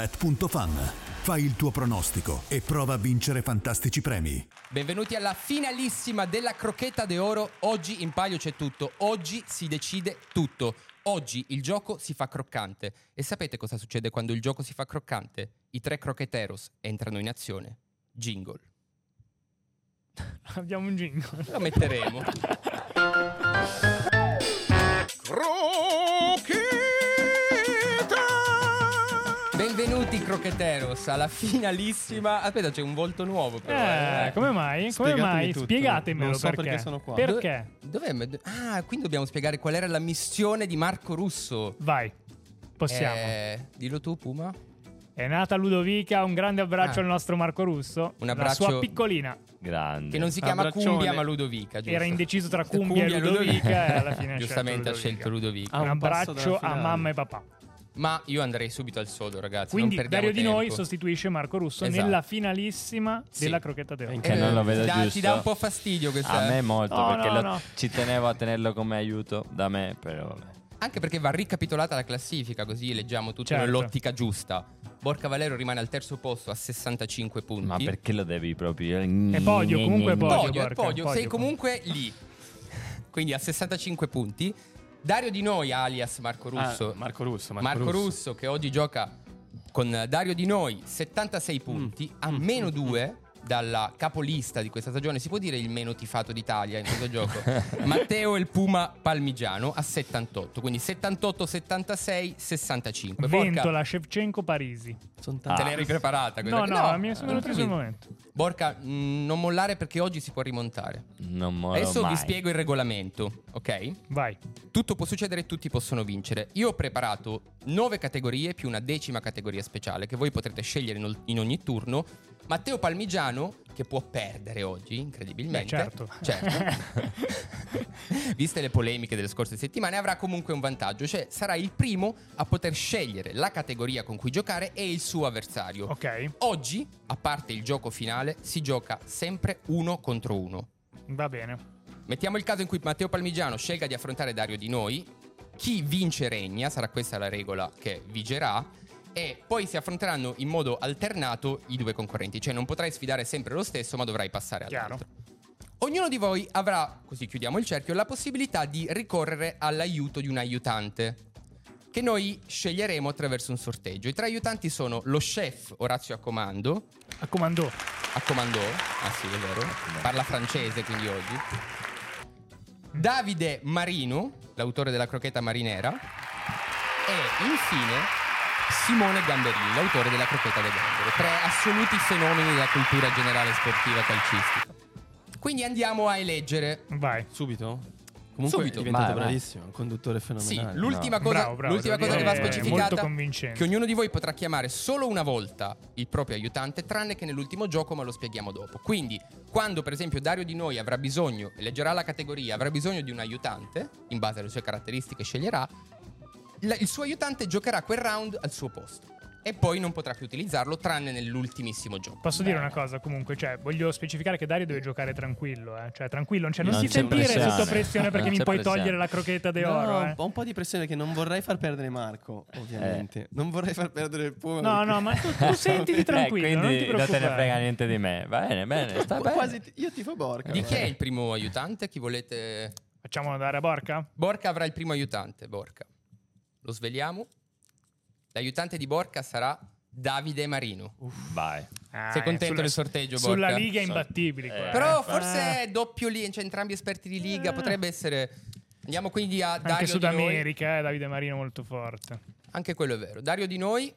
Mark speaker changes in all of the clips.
Speaker 1: DazonBet.fan. Fai il tuo pronostico e prova a vincere fantastici premi.
Speaker 2: Benvenuti alla finalissima della Crocchetta d'Oro. Oggi in palio c'è tutto, oggi si decide tutto. Oggi il gioco si fa croccante. E sapete cosa succede quando il gioco si fa croccante? I tre croqueteros entrano in azione. Jingle.
Speaker 3: Abbiamo un jingle.
Speaker 2: Lo metteremo. Benvenuti Croqueteros alla finalissima. Aspetta, c'è un volto nuovo però. ecco.
Speaker 3: Eh, come mai? Come
Speaker 4: Spiegatemi
Speaker 3: mai?
Speaker 4: tutto.
Speaker 3: Spiegatemelo
Speaker 4: Non so
Speaker 3: perché.
Speaker 4: perché sono qua.
Speaker 3: Perché?
Speaker 2: Dov'è? Ah, quindi dobbiamo spiegare qual era la missione di Marco Russo.
Speaker 3: Vai. Possiamo.
Speaker 2: Eh, dillo tu, Puma.
Speaker 3: È nata Ludovica, un grande abbraccio
Speaker 2: Ah.
Speaker 3: al nostro Marco Russo.
Speaker 2: Un abbraccio-
Speaker 3: La sua piccolina.
Speaker 5: Grande.
Speaker 2: Che non si chiama
Speaker 4: Abbraccione.
Speaker 2: Cumbia ma Ludovica. Giusto?
Speaker 3: Era indeciso tra Cumbia, e Ludovica e alla fine ha
Speaker 2: Giustamente ha
Speaker 3: scelto
Speaker 2: scelto Ludovica.
Speaker 3: Ludovica.
Speaker 4: Ah,
Speaker 3: un
Speaker 4: un passo
Speaker 3: abbraccio
Speaker 4: dalla
Speaker 3: a
Speaker 4: finale.
Speaker 3: mamma e papà.
Speaker 2: Ma io andrei subito al sodo, ragazzi.
Speaker 3: Quindi
Speaker 2: non perdiamo
Speaker 3: Dario Di Noi
Speaker 2: tempo.
Speaker 3: sostituisce Marco Russo
Speaker 2: Esatto.
Speaker 3: nella finalissima
Speaker 2: Sì.
Speaker 3: della crocchetta d'oro.
Speaker 5: Che non lo vedo
Speaker 2: ti dà-
Speaker 5: giusto.
Speaker 2: Eh, Ti dà un po' fastidio questa.
Speaker 5: A me molto,
Speaker 3: No,
Speaker 5: perché
Speaker 3: no,
Speaker 5: lo-
Speaker 3: no.
Speaker 5: ci tenevo a tenerlo come aiuto da me, però vabbè.
Speaker 2: Anche perché va ricapitolata la classifica, così leggiamo tutto
Speaker 3: Certo.
Speaker 2: nell'ottica giusta. Borca Valero rimane al terzo posto a 65 punti.
Speaker 5: Ma perché lo devi proprio?
Speaker 3: È podio, comunque è podio.
Speaker 2: Podio, è
Speaker 3: Borca,
Speaker 2: podio, sei
Speaker 3: podio.
Speaker 2: comunque lì. Quindi a 65 punti. Dario Di Noi, alias Marco Russo.
Speaker 4: Ah, Marco Russo, Marco
Speaker 2: Marco Russo.
Speaker 4: Russo.
Speaker 2: che oggi gioca con eh, Dario Di Noi,
Speaker 3: Mm.
Speaker 2: 76 punti, a meno 2 dalla capolista di questa stagione, si può dire il meno tifato d'Italia in questo gioco, Matteo El Puma Palmigiano a 78, quindi 78, 76, 65. Porca,
Speaker 3: Ventola, Shevchenko, Parisi.
Speaker 4: Sono
Speaker 2: Te
Speaker 4: tanti.
Speaker 2: l'eri preparata questa?
Speaker 3: No, no, mi sono venuti sul momento.
Speaker 2: Eh, Borca, mh, non mollare perché oggi si può rimontare.
Speaker 5: Non moro
Speaker 2: Adesso
Speaker 5: mai.
Speaker 2: vi spiego il regolamento, ok?
Speaker 3: Vai.
Speaker 2: Tutto può succedere, tutti possono vincere. Io ho preparato 9 categorie più una decima categoria speciale che voi potrete scegliere in ol- in ogni turno. Matteo Palmigiano, che può perdere oggi, incredibilmente.
Speaker 3: Beh, certo.
Speaker 2: Certo. Viste le polemiche delle scorse settimane, avrà comunque un vantaggio, cioè sarà il primo a poter scegliere la categoria con cui giocare e il suo avversario.
Speaker 3: Ok,
Speaker 2: Oggi, a parte il gioco finale, si gioca sempre uno contro uno.
Speaker 3: va bene.
Speaker 2: Mettiamo il caso in cui Matteo Palmigiano scelga di affrontare Dario di noi. Chi vince regna, sarà questa la regola che vigerà. E poi si affronteranno in modo alternato i due concorrenti, cioè non potrai sfidare sempre lo stesso, ma dovrai passare
Speaker 3: Chiaro.
Speaker 2: all'altro. Ognuno di voi avrà, così chiudiamo il cerchio, la possibilità di ricorrere all'aiuto di un aiutante che noi sceglieremo attraverso un sorteggio. I tre aiutanti sono lo chef Orazio Accomando,
Speaker 3: A comandò.
Speaker 2: a comandò, ah sì, è vero. Parla francese quindi oggi. Davide Marino, l'autore della crochetta marinera. E infine Simone Gamberini, l'autore della crochetta del gambero. Tre assoluti fenomeni della cultura generale sportiva calcistica. Quindi andiamo a eleggere.
Speaker 3: Vai.
Speaker 4: Subito? Comunque
Speaker 2: Subito.
Speaker 4: è diventato
Speaker 5: Vai, vai.
Speaker 4: bravissimo, un conduttore
Speaker 2: Sì,
Speaker 4: fenomenale.
Speaker 2: l'ultima
Speaker 3: no.
Speaker 2: cosa,
Speaker 3: Bravo, bravo,
Speaker 2: l'ultima
Speaker 3: devo
Speaker 2: cosa che
Speaker 3: dire,
Speaker 2: va
Speaker 3: è eh, molto
Speaker 2: specificata è
Speaker 3: convincente.
Speaker 2: che ognuno di voi potrà chiamare solo una volta il proprio aiutante, tranne che nell'ultimo gioco, ma lo spieghiamo dopo. Quindi, quando per esempio Dario di noi avrà bisogno, eleggerà la categoria, avrà bisogno di un aiutante, in base alle sue caratteristiche sceglierà, la- il suo aiutante giocherà quel round al suo posto. E poi non potrà più utilizzarlo, tranne nell'ultimissimo gioco.
Speaker 3: Posso dire una cosa comunque, cioè, voglio specificare che Dario deve giocare tranquillo, eh. cioè tranquillo, cioè, non,
Speaker 5: Non
Speaker 3: si
Speaker 5: c'è
Speaker 3: sentire
Speaker 5: pressione.
Speaker 3: sotto pressione perché
Speaker 5: Non
Speaker 3: mi
Speaker 5: c'è
Speaker 3: puoi
Speaker 5: pressione.
Speaker 3: togliere la crocchetta
Speaker 4: No,
Speaker 3: d'oro. eh.
Speaker 4: ho un po' di pressione che non vorrei far perdere Marco,
Speaker 2: Eh.
Speaker 4: ovviamente. Non vorrei far perdere il Puma.
Speaker 3: No,
Speaker 4: perché-
Speaker 3: no, ma tu, tu sentiti
Speaker 5: Eh,
Speaker 3: tranquillo, non ti
Speaker 5: quindi non, te
Speaker 3: preoccupare.
Speaker 5: ne frega niente di me. Bene, bene, sta bene.
Speaker 4: Quasi ti- io tifo Borca. Eh.
Speaker 2: Di chi è il primo aiutante? Chi volete?
Speaker 3: Facciamo andare a Borca?
Speaker 2: Borca avrà il primo aiutante, Borca. Lo svegliamo. L'aiutante di Borca sarà Davide Marino.
Speaker 5: Vai.
Speaker 3: Ah,
Speaker 2: Sei contento
Speaker 3: sulla-
Speaker 2: del sorteggio,
Speaker 3: Sulla
Speaker 2: Borca?
Speaker 3: Liga
Speaker 5: Sono-
Speaker 3: imbattibili. qua,
Speaker 5: Eh,
Speaker 3: eh.
Speaker 2: Però
Speaker 5: fa-
Speaker 2: forse è doppio lì, cioè entrambi esperti di Liga,
Speaker 3: Eh.
Speaker 2: potrebbe essere... Andiamo quindi a Dario
Speaker 3: Anche
Speaker 2: di
Speaker 3: Sud
Speaker 2: Noi.
Speaker 3: America, eh, Davide Marino molto forte.
Speaker 2: Anche quello è vero. Dario di Noi,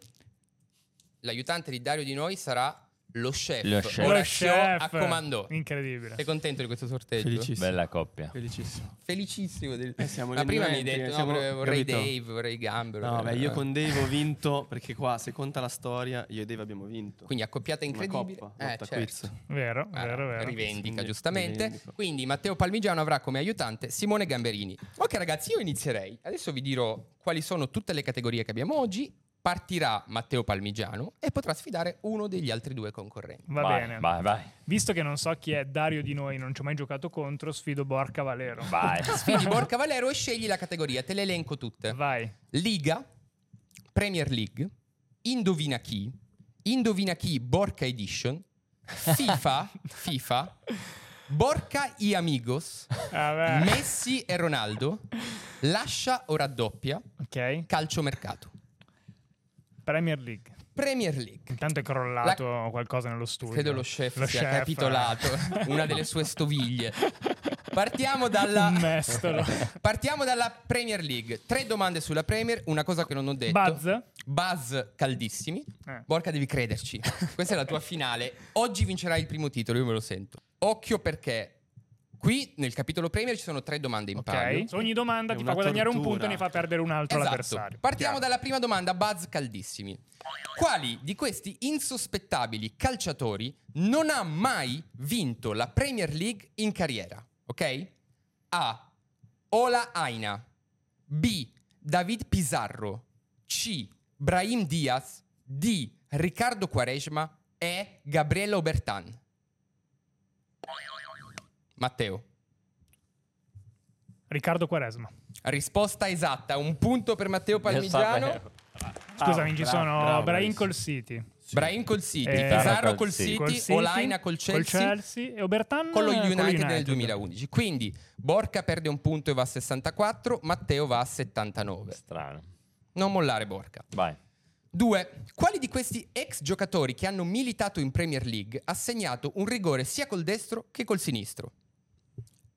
Speaker 2: l'aiutante di Dario di Noi sarà lo chef.
Speaker 5: Lo chef.
Speaker 2: Orazio
Speaker 3: Lo chef.
Speaker 2: a comando.
Speaker 3: Incredibile.
Speaker 2: Sei contento di questo sorteggio?
Speaker 4: Felicissimo.
Speaker 5: Bella coppia.
Speaker 4: Felicissimo.
Speaker 2: Felicissimo. del-
Speaker 4: Eh, siamo
Speaker 2: Ma
Speaker 4: gli
Speaker 2: prima mi hai detto,
Speaker 4: innocenti, eh,
Speaker 2: no,
Speaker 4: siamo-
Speaker 2: vorrei- vorrei
Speaker 4: capito?
Speaker 2: Dave, vorrei Gambero.
Speaker 4: No, beh,
Speaker 2: vorrei-
Speaker 4: io con Dave ho vinto perché qua, se conta la storia, io e Dave abbiamo vinto.
Speaker 2: Quindi accoppiata
Speaker 4: Una
Speaker 2: incredibile.
Speaker 4: coppa,
Speaker 2: eh,
Speaker 4: lotta
Speaker 2: certo.
Speaker 4: quiz.
Speaker 3: Vero,
Speaker 2: Ah,
Speaker 3: vero, vero.
Speaker 2: Rivendica
Speaker 4: Quindi,
Speaker 2: giustamente.
Speaker 4: rivendico.
Speaker 2: Quindi Matteo Palmigiano avrà come aiutante Simone Gamberini. Ok ragazzi, io inizierei. Adesso vi dirò quali sono tutte le categorie che abbiamo oggi. Partirà Matteo Palmigiano e potrà sfidare uno degli altri due concorrenti.
Speaker 3: Va
Speaker 5: vai,
Speaker 3: bene.
Speaker 5: Vai, vai.
Speaker 3: Visto che non so chi è Dario di noi, non ci ho mai giocato contro, sfido Borca Valero.
Speaker 5: Vai.
Speaker 2: Sfidi Borca Valero e scegli la categoria, te le elenco tutte.
Speaker 3: Vai.
Speaker 2: Liga, Premier League, Indovina chi, Indovina chi Borca Edition, FIFA, FIFA, Borca y Amigos,
Speaker 3: Vabbè.
Speaker 2: Messi e Ronaldo, Lascia o raddoppia,
Speaker 3: Ok.
Speaker 2: calciomercato,
Speaker 3: Premier League.
Speaker 2: Premier League.
Speaker 3: Intanto è crollato qualcosa nello studio.
Speaker 2: Credo lo chef
Speaker 3: Lo
Speaker 2: sia
Speaker 3: chef,
Speaker 2: capitolato,
Speaker 3: eh.
Speaker 2: una delle sue stoviglie. Partiamo dalla,
Speaker 3: Un mestolo. Eh.
Speaker 2: partiamo dalla Premier League. Tre domande sulla Premier, una cosa che non ho detto.
Speaker 3: Buzz.
Speaker 2: Buzz caldissimi.
Speaker 3: Eh.
Speaker 2: Borca, devi crederci. Questa è la tua finale. Oggi vincerai il primo titolo, io me lo sento. Occhio perché qui nel capitolo Premier ci sono tre domande in palio.
Speaker 3: Ok. Su ogni domanda
Speaker 4: È
Speaker 3: ti
Speaker 4: una
Speaker 3: fa guadagnare un
Speaker 4: tortura.
Speaker 3: punto e ne fa perdere un altro
Speaker 2: Esatto.
Speaker 3: all'avversario.
Speaker 2: Partiamo
Speaker 3: Chiaro.
Speaker 2: dalla prima domanda, Buzz caldissimi. Quali di questi insospettabili calciatori non ha mai vinto la Premier League in carriera? Ok? A. Ola Aina. B. David Pizarro. C. Brahim Diaz. D. Riccardo Quaresma. E. Gabriele Obertan. Matteo.
Speaker 3: Riccardo Quaresma.
Speaker 2: Risposta esatta, un punto per Matteo Palmigiano.
Speaker 5: sapevo.
Speaker 3: Scusami, ci sono Brain
Speaker 4: bravo, bravissimo.
Speaker 3: col City,
Speaker 2: Brahim col City,
Speaker 3: Eh,
Speaker 2: Pizarro
Speaker 5: Pizarro
Speaker 2: col
Speaker 5: col City.
Speaker 3: col
Speaker 2: City,
Speaker 3: City,
Speaker 2: Olaina col Chelsea,
Speaker 3: Chelsea e Obertan
Speaker 2: con lo United, nel
Speaker 3: United.
Speaker 2: 2011. Quindi Borca perde un punto e va a 64, Matteo va a 79.
Speaker 5: Strano.
Speaker 2: Non mollare Borca.
Speaker 5: Vai.
Speaker 2: 2. Quali di questi ex giocatori che hanno militato in Premier League ha segnato un rigore sia col destro che col sinistro?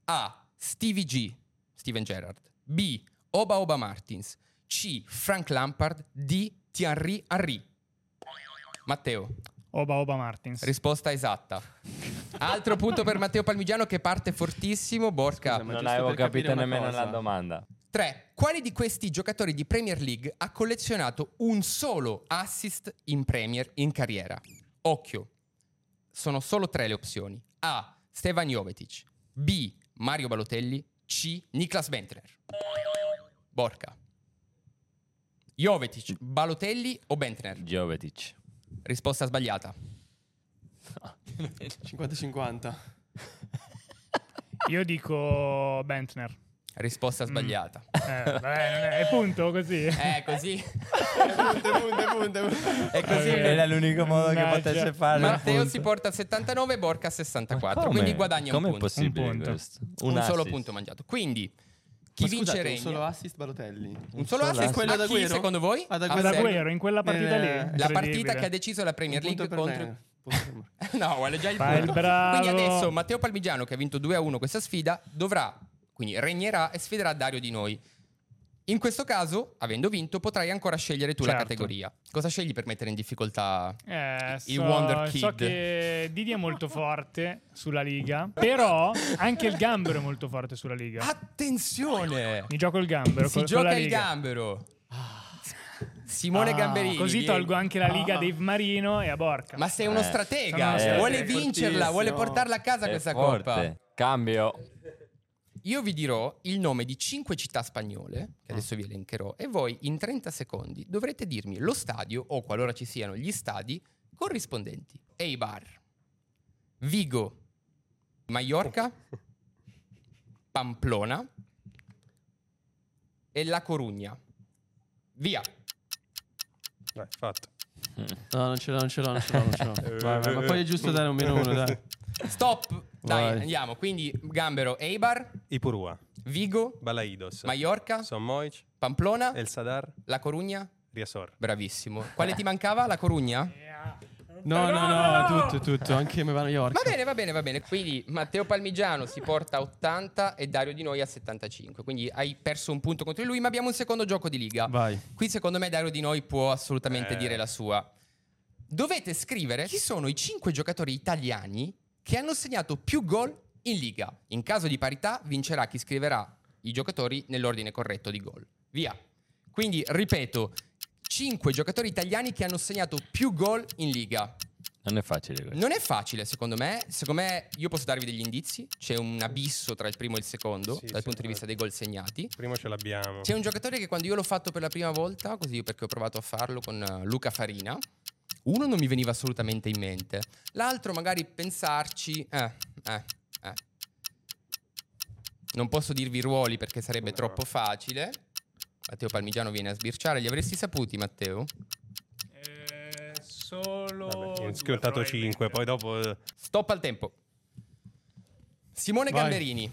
Speaker 2: A. Stevie G, Steven Gerrard. B. Oba Oba Martins. C. Frank Lampard. D. Thierry Henry. Matteo,
Speaker 3: Oba Oba Martins.
Speaker 2: risposta esatta. Altro punto per Matteo Palmigiano che parte fortissimo. Borca
Speaker 4: Scusa, Ma
Speaker 5: non
Speaker 4: giusto
Speaker 5: avevo
Speaker 4: per capire
Speaker 5: capito
Speaker 4: una
Speaker 5: nemmeno
Speaker 4: cosa.
Speaker 5: la domanda.
Speaker 2: 3. Quale di questi giocatori di Premier League ha collezionato un solo assist in Premier in carriera? Occhio, sono solo tre le opzioni. A. Stevan Jovetic. B. Mario Balotelli. C. Niklas Bentner. Borca. Jovetic, Balotelli o Bentner?
Speaker 5: Jovetic.
Speaker 2: Risposta sbagliata.
Speaker 4: 50-50.
Speaker 3: Io dico Bentner.
Speaker 4: Mm.
Speaker 2: Risposta sbagliata.
Speaker 3: Eh, vabbè, non è, è punto così.
Speaker 2: Eh, così.
Speaker 4: punte, punte, punte, punte.
Speaker 2: È così.
Speaker 3: Eh,
Speaker 5: Era l'unico modo che
Speaker 3: mannaggia.
Speaker 5: potesse fare.
Speaker 2: Matteo
Speaker 5: appunto.
Speaker 2: si porta a 79 e Borca a 64.
Speaker 5: Come?
Speaker 2: Quindi guadagna un
Speaker 5: Com'è
Speaker 2: punto.
Speaker 5: possibile
Speaker 3: Un punto.
Speaker 5: questo?
Speaker 2: un, solo
Speaker 5: assist.
Speaker 2: punto mangiato. Quindi chi
Speaker 4: Ma
Speaker 2: vince
Speaker 4: scusate, un
Speaker 2: regna.
Speaker 4: solo assist Balotelli.
Speaker 2: Un solo
Speaker 5: solo
Speaker 2: assist,
Speaker 5: assist.
Speaker 2: quello
Speaker 4: Ad
Speaker 2: da Ah, chi
Speaker 4: Agüero?
Speaker 2: secondo voi?
Speaker 4: Ad
Speaker 2: A
Speaker 4: Agüero.
Speaker 3: Ad
Speaker 2: Sergio.
Speaker 3: Agüero in quella partita
Speaker 4: Ah, Eh,
Speaker 3: lì.
Speaker 2: La
Speaker 3: incredibile.
Speaker 2: partita che ha deciso la Premier
Speaker 4: Un
Speaker 2: League
Speaker 4: punto per
Speaker 2: contro...
Speaker 4: me. Punto per me.
Speaker 2: No, vale già il
Speaker 3: Fai il
Speaker 2: punto.
Speaker 3: bravo.
Speaker 2: Quindi adesso Matteo Palmigiano, che ha vinto 2-1 questa sfida, dovrà, quindi regnerà e sfiderà Dario di noi. In questo caso, avendo vinto, potrai ancora scegliere tu la
Speaker 3: Certo.
Speaker 2: categoria. Cosa scegli per mettere in difficoltà
Speaker 3: Eh,
Speaker 2: il
Speaker 3: so,
Speaker 2: Wonder Kid?
Speaker 3: so che Didi è molto forte sulla Liga, però anche il gambero è molto forte sulla Liga.
Speaker 2: Attenzione!
Speaker 3: Mi gioco il gambero.
Speaker 2: Si
Speaker 3: con- con
Speaker 2: gioca
Speaker 3: la
Speaker 2: il
Speaker 3: Liga.
Speaker 2: gambero. Simone
Speaker 3: Ah,
Speaker 2: Gamberini.
Speaker 3: Così
Speaker 2: vieni. Ah.
Speaker 3: tolgo anche la Liga a Dave Marino e a Borca.
Speaker 2: Ma sei uno
Speaker 5: Eh,
Speaker 3: sono
Speaker 2: stratega,
Speaker 3: uno
Speaker 2: eh,
Speaker 3: stratega.
Speaker 2: vuole
Speaker 4: È
Speaker 2: vincerla, vuole
Speaker 4: fortissimo.
Speaker 2: portarla a casa
Speaker 5: È
Speaker 2: questa
Speaker 5: forte.
Speaker 2: coppa.
Speaker 5: Cambio.
Speaker 2: Io vi dirò il nome di cinque città spagnole, che adesso vi elencherò, e voi in 30 secondi dovrete dirmi lo stadio, o qualora ci siano gli stadi, corrispondenti. Eibar, Vigo, Maiorca, Pamplona e La Corugna. Via!
Speaker 6: Dai, Eh, fatto.
Speaker 4: No, non ce l'ho, non ce l'ho, non ce l'ho. Non ce l'ho. Vai, vai, ma poi è giusto dare un meno uno, dai.
Speaker 2: Stop! Dai,
Speaker 4: Vai.
Speaker 2: andiamo. Quindi Gambero, Eibar,
Speaker 6: Ipurua,
Speaker 2: Vigo,
Speaker 6: Balaidos,
Speaker 2: Maiorca,
Speaker 6: Sommoich,
Speaker 2: Pamplona,
Speaker 6: El Sadar,
Speaker 2: La Corugna.
Speaker 6: Riasor.
Speaker 2: Bravissimo. Quale ti mancava? La Corugna?
Speaker 4: No, no, no, tutto, tutto. Anche me vanno York.
Speaker 2: Va bene, va bene, va bene. Quindi Matteo Palmigiano si porta a 80 e Dario Di Noi a 75. Quindi hai perso un punto contro di lui, ma abbiamo un secondo gioco di liga.
Speaker 4: Vai.
Speaker 2: Qui secondo me Dario Di Noi può assolutamente
Speaker 6: Eh.
Speaker 2: dire la sua. Dovete scrivere chi sono i 5 giocatori italiani che hanno segnato più gol in liga. In caso di parità vincerà chi scriverà i giocatori nell'ordine corretto di gol. Via. Quindi ripeto, 5 giocatori italiani che hanno segnato più gol in liga.
Speaker 5: Non è facile questo.
Speaker 2: Non è facile, secondo me. Secondo me, io posso darvi degli indizi. C'è un abisso tra il primo e il secondo,
Speaker 6: Sì,
Speaker 2: dal
Speaker 6: sì,
Speaker 2: punto di vista
Speaker 6: certo.
Speaker 2: dei gol segnati.
Speaker 6: Primo ce l'abbiamo.
Speaker 2: C'è un giocatore che quando io l'ho fatto per la prima volta, così io perché ho provato a farlo con eh, Luca Farina, uno non mi veniva assolutamente in mente. L'altro, magari pensarci. Eh, eh, eh. Non posso dirvi i ruoli perché sarebbe
Speaker 6: No.
Speaker 2: troppo facile. Matteo Palmigiano viene a sbirciare. Li avresti saputi, Matteo?
Speaker 3: Eh, solo.
Speaker 6: Vabbè, ho
Speaker 3: due,
Speaker 6: schioccato 5, poi
Speaker 3: probabilmente.
Speaker 6: dopo... eh,
Speaker 2: Stop al tempo. Simone
Speaker 4: Vai.
Speaker 2: Gamberini.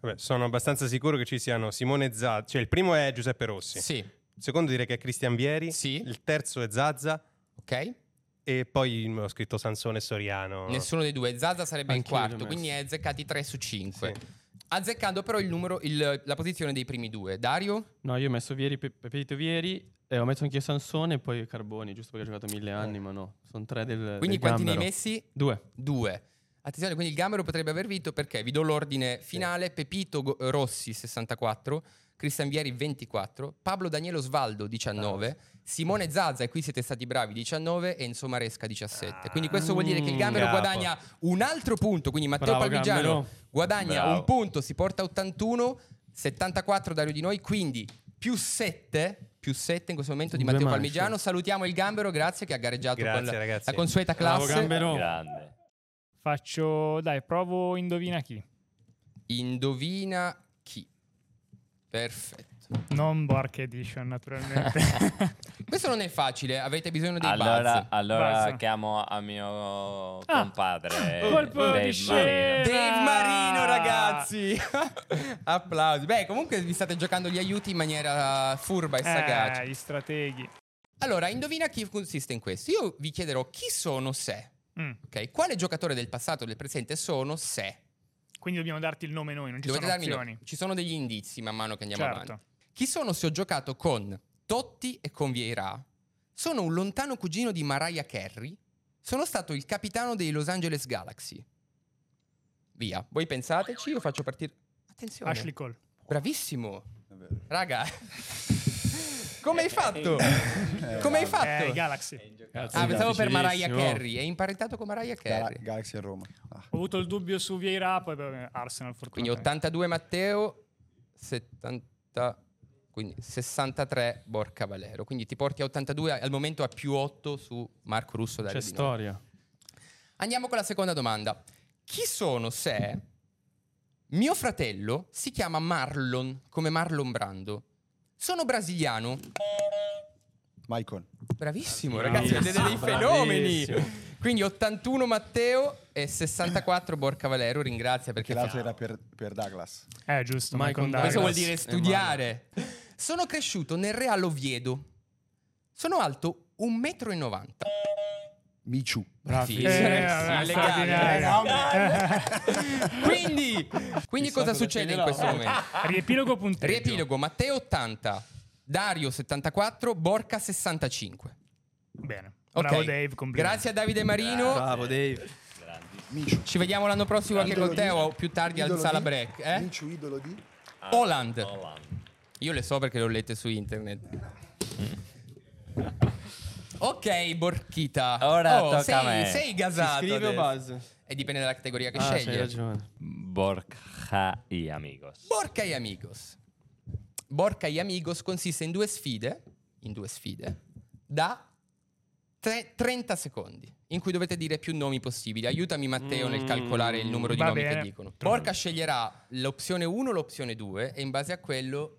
Speaker 6: vabbè, sono abbastanza sicuro che ci siano Simone Zazza. Cioè, il primo è Giuseppe Rossi.
Speaker 2: Sì.
Speaker 6: Il secondo direi che è Cristian Vieri.
Speaker 2: Sì.
Speaker 6: Il terzo è Zazza.
Speaker 2: Ok?
Speaker 6: E poi ho scritto Sansone Soriano.
Speaker 2: Nessuno dei due. Zaza sarebbe in
Speaker 4: Anch'io l'ho
Speaker 2: quarto,
Speaker 4: messo.
Speaker 2: quindi è azzeccati 3 su 5.
Speaker 6: Sì.
Speaker 2: Azzeccando però il numero, il- la posizione dei primi due. Dario?
Speaker 4: No, io ho messo Vieri, Pe- Pepito Vieri, e ho messo anch'io Sansone e poi Carboni, giusto perché ha giocato mille anni, ma no. Sono tre del
Speaker 2: Eh. Quindi
Speaker 4: del
Speaker 2: quanti ne hai
Speaker 4: gambero.
Speaker 2: messi?
Speaker 4: Due.
Speaker 2: Due. Attenzione, quindi il Gambero potrebbe aver vinto perché vi do l'ordine finale: Pepito Go- Rossi 64, Cristian Vieri 24, Pablo Daniele Osvaldo 19, Simone Zazza, e qui siete stati bravi 19, e Enzo Maresca 17. Quindi questo vuol dire che il
Speaker 4: Mm,
Speaker 2: Gambero
Speaker 5: capo.
Speaker 2: guadagna un altro punto, quindi Matteo
Speaker 4: Bravo,
Speaker 2: Palmigiano
Speaker 4: Gambero.
Speaker 2: guadagna
Speaker 5: Bravo.
Speaker 2: un punto, si porta a 81, 74 Dario di noi, quindi più 7. Più 7 in questo momento di
Speaker 4: Due
Speaker 2: Matteo
Speaker 4: manche.
Speaker 2: Palmigiano. Salutiamo il Gambero, grazie che ha gareggiato
Speaker 6: Grazie,
Speaker 2: con la-
Speaker 6: ragazzi.
Speaker 2: la consueta
Speaker 4: Bravo,
Speaker 2: classe.
Speaker 4: Gambero.
Speaker 5: Grande.
Speaker 3: Faccio, dai, provo indovina chi.
Speaker 2: Indovina chi. Perfetto.
Speaker 3: Non Bork Edition, naturalmente.
Speaker 2: Questo non è facile, avete bisogno dei
Speaker 5: Allora,
Speaker 2: buzz.
Speaker 5: allora
Speaker 3: Buzz.
Speaker 5: chiamo a mio
Speaker 3: Ah,
Speaker 5: compadre.
Speaker 3: colpo
Speaker 5: Dave
Speaker 3: di scena.
Speaker 5: Marino.
Speaker 2: Dave
Speaker 4: Ah.
Speaker 2: Marino, ragazzi! Applausi. Beh, comunque vi state giocando gli aiuti in maniera furba e sagace.
Speaker 3: Eh, gli strateghi.
Speaker 2: Allora, indovina chi consiste in questo. Io vi chiederò chi sono se.
Speaker 3: Mm.
Speaker 2: Ok, quale giocatore del passato e del presente sono se?
Speaker 3: Quindi dobbiamo darti il nome noi, non ci
Speaker 2: Dovete
Speaker 3: sono
Speaker 2: darmi no.
Speaker 3: opzioni.
Speaker 2: Ci sono degli indizi man mano che andiamo
Speaker 3: Certo.
Speaker 2: avanti. Chi sono se ho giocato con Totti e con Vieira? Sono un lontano cugino di Mariah Carey? Sono stato il capitano dei Los Angeles Galaxy? Via, voi pensateci, io faccio partire... Attenzione.
Speaker 3: Ashley Cole.
Speaker 2: Bravissimo. Raga. Come hai fatto? Come hai
Speaker 3: Eh, i
Speaker 2: fatto?
Speaker 3: Galaxy.
Speaker 2: Ah, pensavo per Mariah Carey. È imparentato con Mariah
Speaker 7: Gal-
Speaker 2: Carey.
Speaker 7: Galaxy a Roma. Ah.
Speaker 3: Ho avuto il dubbio su Vieira, poi beh, Arsenal
Speaker 2: Quindi
Speaker 3: fortunatamente.
Speaker 2: 82 Matteo, 70, quindi 63 Borca Valero. Quindi ti porti a 82 al momento a più 8 su Marco Russo. Dario
Speaker 4: C'è
Speaker 2: Di Noi.
Speaker 4: storia.
Speaker 2: Andiamo con la seconda domanda. Chi sono se mio fratello si chiama Marlon come Marlon Brando? Sono brasiliano.
Speaker 7: Maicon.
Speaker 2: Bravissimo, ragazzi,
Speaker 4: Bravissimo,
Speaker 2: vedete dei fenomeni.
Speaker 4: bravissimo.
Speaker 2: Quindi 81 Matteo e 64 Borca Valero. Ringrazia perché
Speaker 7: Che l'altro era per, per Douglas.
Speaker 3: Eh, giusto.
Speaker 4: Michael
Speaker 3: Michael
Speaker 4: Douglas.
Speaker 2: Questo vuol
Speaker 3: Douglas.
Speaker 2: dire
Speaker 4: e
Speaker 2: studiare. Sono cresciuto nel Real Oviedo. Sono alto 1,90 m.
Speaker 7: Michu.
Speaker 2: Bravi.
Speaker 3: Eh, vabbè,
Speaker 2: Eh,
Speaker 3: straordinario.
Speaker 2: quindi, quindi cosa succede in questo momento?
Speaker 3: Riepilogo punteggio.
Speaker 2: Riepilogo, Matteo 80, Dario 74, Borca 65.
Speaker 3: Bene.
Speaker 2: Ok.
Speaker 3: Bravo Dave, complimenti.
Speaker 2: Grazie a Davide Marino.
Speaker 4: Bravo Dave.
Speaker 7: Michu.
Speaker 2: Ci vediamo l'anno prossimo anche
Speaker 7: Idolo
Speaker 2: con te
Speaker 7: di-
Speaker 2: o più tardi al
Speaker 7: idolo
Speaker 2: sala
Speaker 7: di-
Speaker 2: break. Eh?
Speaker 7: Michu, idolo di?
Speaker 2: Holland.
Speaker 5: Holland.
Speaker 2: Io le so perché le ho lette su internet. Ok, Borchita.
Speaker 5: Mm. Ora
Speaker 2: Oh,
Speaker 5: tocca
Speaker 2: sei,
Speaker 5: a me.
Speaker 2: sei
Speaker 4: Si
Speaker 2: gasato.
Speaker 4: scrive o
Speaker 2: adesso.
Speaker 4: buzz?
Speaker 2: E dipende dalla categoria Esatto, che
Speaker 4: Ah, c'hai
Speaker 2: sceglie.
Speaker 4: ragione.
Speaker 5: Borja y amigos.
Speaker 2: Borca e Amigos. Borca e Amigos consiste in due sfide, in due sfide, da tre- 30 secondi, in cui dovete dire più nomi possibili. Aiutami Matteo nel calcolare il numero di
Speaker 3: Mm, va
Speaker 2: nomi che
Speaker 3: bene.
Speaker 2: dicono. Borca sceglierà l'opzione 1 o l'opzione 2 e in base a quello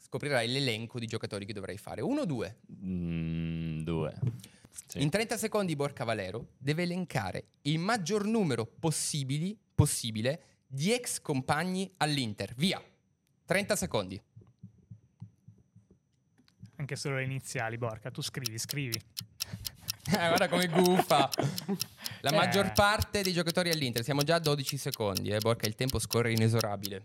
Speaker 2: scoprirai l'elenco di giocatori che dovrai fare. 1 o 2?
Speaker 5: Mm, due. Sì.
Speaker 2: In 30 secondi Borca Valero deve elencare il maggior numero possibili- possibile di ex compagni all'Inter. Via. 30 secondi.
Speaker 3: Anche solo le iniziali, Borca. Tu scrivi, scrivi.
Speaker 2: Eh, guarda come gufa. La
Speaker 3: Eh.
Speaker 2: maggior parte dei giocatori all'Inter, siamo già a 12 secondi, eh, Borca, il tempo scorre inesorabile.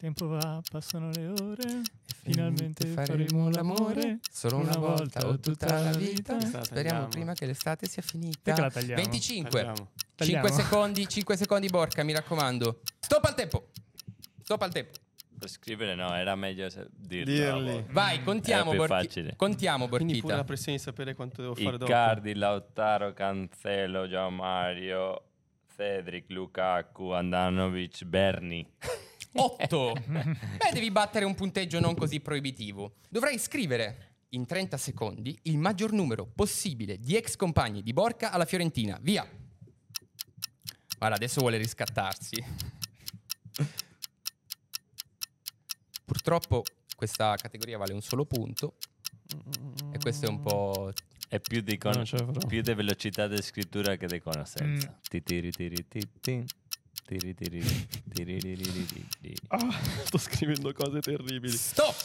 Speaker 3: Tempo va, passano le ore.
Speaker 2: Finalmente faremo l'amore solo una volta o tutta la vita.
Speaker 4: Questa la
Speaker 2: Speriamo
Speaker 4: tagliamo.
Speaker 2: prima che l'estate sia finita.
Speaker 3: Perché la tagliamo?
Speaker 2: 25.
Speaker 4: Tagliamo.
Speaker 2: 5
Speaker 3: Tagliamo?
Speaker 2: secondi, 5 secondi Borca, mi raccomando. Stop al tempo. Stop al tempo.
Speaker 5: Scrivere no, era meglio se- dirlo.
Speaker 4: Dirli.
Speaker 5: a volte.
Speaker 2: Vai, contiamo
Speaker 5: È più
Speaker 2: Borchita.
Speaker 5: facile.
Speaker 2: Contiamo
Speaker 4: Quindi pure la
Speaker 2: Borchita.
Speaker 4: pressione di sapere quanto devo fare dopo.
Speaker 5: Icardi, Lautaro, Cancelo, Gianmario, Cedric, Lukaku, Andanovic, Berni.
Speaker 2: 8. Beh, devi battere un punteggio non così proibitivo. Dovrai scrivere in 30 secondi il maggior numero possibile di ex compagni di Borca alla Fiorentina. Via. Guarda, adesso vuole riscattarsi. Purtroppo questa categoria vale un solo punto e questo è un po'
Speaker 5: È più di, con-
Speaker 4: Non ce la farò. Mm.
Speaker 5: più di velocità di scrittura che di conoscenza. Ti tiri tiri ti ti. Tiri tiri tiri tiri tiri tiri.
Speaker 4: Ah, sto scrivendo cose terribili.
Speaker 2: Stop!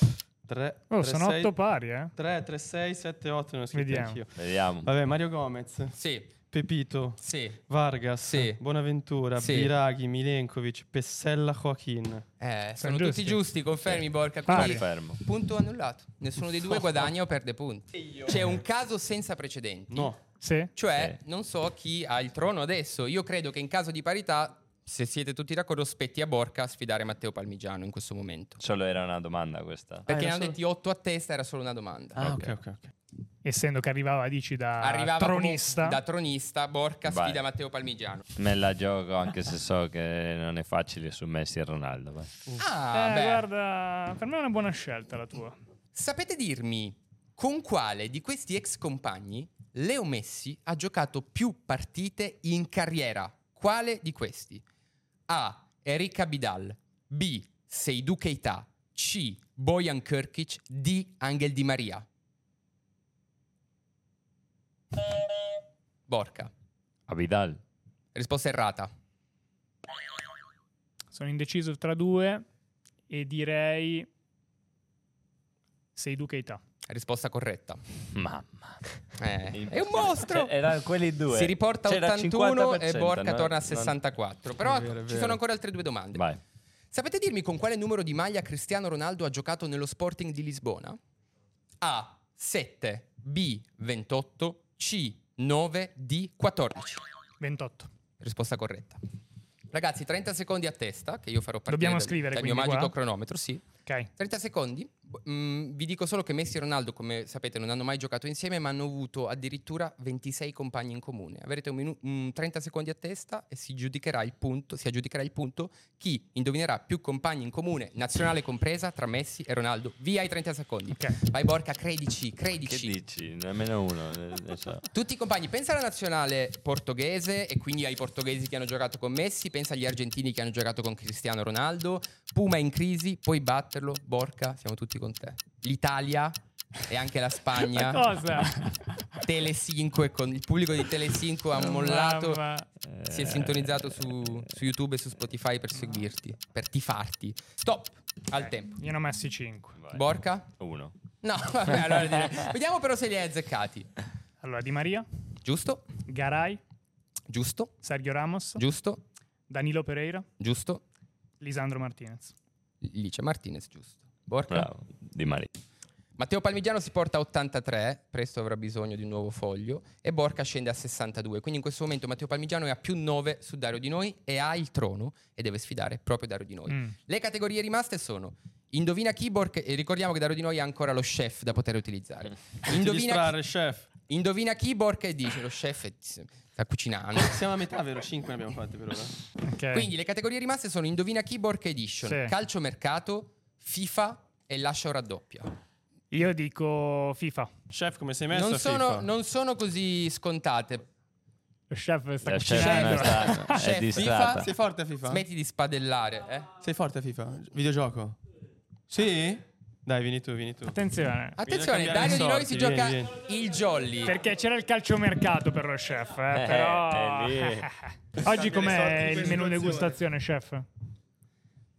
Speaker 4: 3,
Speaker 3: Oh, sono otto pari, eh.
Speaker 4: 3, 3, 6, 7, 8. Ne ho scritti
Speaker 3: Vediamo.
Speaker 4: anch'io.
Speaker 5: Vediamo.
Speaker 4: Vabbè, Mario Gomez,
Speaker 2: Sì,
Speaker 4: Pepito,
Speaker 2: sì.
Speaker 4: Vargas,
Speaker 2: Sì.
Speaker 4: Bonaventura,
Speaker 2: Sì.
Speaker 4: Biraghi, Milenkovic, Pessella, Joaquin.
Speaker 2: Eh, sono
Speaker 3: giusti. Ah,
Speaker 2: tutti giusti, confermi Borca.
Speaker 3: Pari.
Speaker 2: Quindi,
Speaker 5: Confermo.
Speaker 2: punto annullato. Nessuno dei due guadagna o perde punti. C'è un caso senza precedenti.
Speaker 4: No,
Speaker 3: Sì.
Speaker 2: Cioè, non so chi ha il trono adesso. Io credo che in caso di parità, se siete tutti d'accordo, spetti a Borca sfidare Matteo Palmigiano in questo momento.
Speaker 5: Solo era una domanda questa.
Speaker 2: Perché
Speaker 3: Eh,
Speaker 4: era
Speaker 2: ne hanno
Speaker 4: solo-
Speaker 2: detti 8 a testa, era solo una domanda.
Speaker 4: Ah,
Speaker 5: ok.
Speaker 4: ok, ok. ok.
Speaker 3: Essendo che arrivava, dici, da
Speaker 2: Arrivava come-
Speaker 3: Ah, tronista.
Speaker 2: da tronista, Borca
Speaker 5: Vai.
Speaker 2: sfida Matteo Palmigiano.
Speaker 5: Me la gioco anche se so che non è facile su Messi e Ronaldo. vai.
Speaker 2: Ah,
Speaker 3: Eh,
Speaker 2: beh.
Speaker 3: guarda, per me è una buona scelta la tua.
Speaker 2: Sapete dirmi con quale di questi ex compagni Leo Messi ha giocato più partite in carriera? Quale di questi? A. Eric Abidal B. Seydou Keita C. Bojan Kirkic D. Angel Di Maria Borca
Speaker 5: Abidal.
Speaker 2: Risposta errata
Speaker 3: Sono indeciso tra due e direi... Sei Dukeita.
Speaker 2: Risposta corretta
Speaker 5: Mamma.
Speaker 2: Eh, È un mostro
Speaker 5: Cioè, erano quelli due.
Speaker 2: Si riporta a
Speaker 5: C'era
Speaker 2: 81 e
Speaker 5: 50%,
Speaker 2: Borca
Speaker 5: no?
Speaker 2: torna a
Speaker 5: Non-
Speaker 2: 64 Però
Speaker 4: È vero, è
Speaker 2: ci
Speaker 4: vero.
Speaker 2: sono ancora altre due domande
Speaker 5: Vai.
Speaker 2: Sapete dirmi con quale numero di maglia Cristiano Ronaldo ha giocato nello Sporting di Lisbona? A 7, B 28, C 9, D 14.
Speaker 3: 28.
Speaker 2: Risposta corretta. Ragazzi, 30 secondi a testa che io farò partire
Speaker 3: Dobbiamo
Speaker 2: dal-
Speaker 3: scrivere,
Speaker 2: dal mio
Speaker 3: quindi,
Speaker 2: magico
Speaker 3: qua?
Speaker 2: cronometro, sì.
Speaker 3: Ok.
Speaker 2: 30 secondi. B- mm, vi dico solo che Messi e Ronaldo, come sapete, non hanno mai giocato insieme, ma hanno avuto addirittura 26 compagni in comune. Avrete un minu- mm, 30 secondi a testa e si giudicherà il punto, si aggiudicherà il punto chi indovinerà più compagni in comune, nazionale compresa, tra Messi e Ronaldo. Via i 30 secondi.
Speaker 3: Ok.
Speaker 2: Vai Borca, credici,
Speaker 5: Che
Speaker 2: credici.
Speaker 5: dici? Nemmeno uno. ne- ne so.
Speaker 2: Tutti i compagni, pensa alla nazionale portoghese e quindi ai portoghesi che hanno giocato con Messi, pensa agli argentini che hanno giocato con Cristiano Ronaldo, Puma in crisi, puoi batterlo, Borca, siamo tutti con te. L'Italia e anche la
Speaker 3: Ma
Speaker 2: Spagna,
Speaker 3: cosa?
Speaker 2: Telecinque, con il pubblico di Telecinque ha mollato,
Speaker 3: Mamma.
Speaker 2: si è sintonizzato su, su YouTube e su Spotify per seguirti, per tifarti. Stop, al tempo.
Speaker 3: Io ne ho messi 5.
Speaker 5: Vai.
Speaker 2: Borca?
Speaker 5: Uno.
Speaker 2: No, vabbè, allora direi- vediamo però se li hai azzeccati.
Speaker 3: Allora, Di Maria,
Speaker 2: Giusto?
Speaker 3: Garay,
Speaker 2: Giusto?
Speaker 3: Sergio Ramos,
Speaker 2: Giusto?
Speaker 3: Danilo Pereira,
Speaker 2: Giusto?
Speaker 3: Lisandro Martinez.
Speaker 2: Lì c'è Martinez, giusto. Borca.
Speaker 5: Bravo. Di Maria.
Speaker 2: Matteo Palmigiano si porta a 83, presto avrà bisogno di un nuovo foglio, e Borca scende a 62. Quindi in questo momento Matteo Palmigiano è a più 9 su Dario Di Noi e ha il trono e deve sfidare proprio Dario Di Noi.
Speaker 3: Mm.
Speaker 2: Le categorie rimaste sono Indovina Keyboard, e ricordiamo che Dario Di Noi ha ancora lo chef da poter utilizzare.
Speaker 4: Ti
Speaker 2: Indovina,
Speaker 4: distrarre, chef.
Speaker 2: indovina Keyboard e dice lo chef è- sta cucinando.
Speaker 4: Siamo a metà, vero? 5 ne abbiamo fatte per ora.
Speaker 3: Ok.
Speaker 2: Quindi le categorie rimaste sono Indovina Keyboard Edition,
Speaker 3: Sì.
Speaker 2: Calcio Mercato, FIFA e Lascia o raddoppia.
Speaker 3: Io dico FIFA.
Speaker 4: Chef, come sei messo?
Speaker 2: non
Speaker 4: a
Speaker 2: sono,
Speaker 4: FIFA?
Speaker 2: non sono così scontate.
Speaker 3: Lo chef sta
Speaker 5: La chef
Speaker 3: cucinando.
Speaker 5: Cioè, non sta-
Speaker 2: Chef,
Speaker 5: è distratta.
Speaker 2: FIFA,
Speaker 4: Sei forte a FIFA?
Speaker 2: Smetti di spadellare. eh.
Speaker 4: Sei forte a FIFA? Videogioco? Sì? Dai, vieni tu, vieni tu.
Speaker 3: Attenzione.
Speaker 2: Attenzione,
Speaker 4: cambiare
Speaker 2: Dario
Speaker 4: i
Speaker 2: di noi si
Speaker 4: soldi,
Speaker 2: gioca
Speaker 4: vieni,
Speaker 2: il jolly.
Speaker 3: Perché c'era il calciomercato per lo chef, eh,
Speaker 5: Eh,
Speaker 3: però...
Speaker 5: è lì.
Speaker 3: Oggi com'è
Speaker 4: sorti di
Speaker 3: il menù
Speaker 4: presentazione.
Speaker 3: degustazione, chef?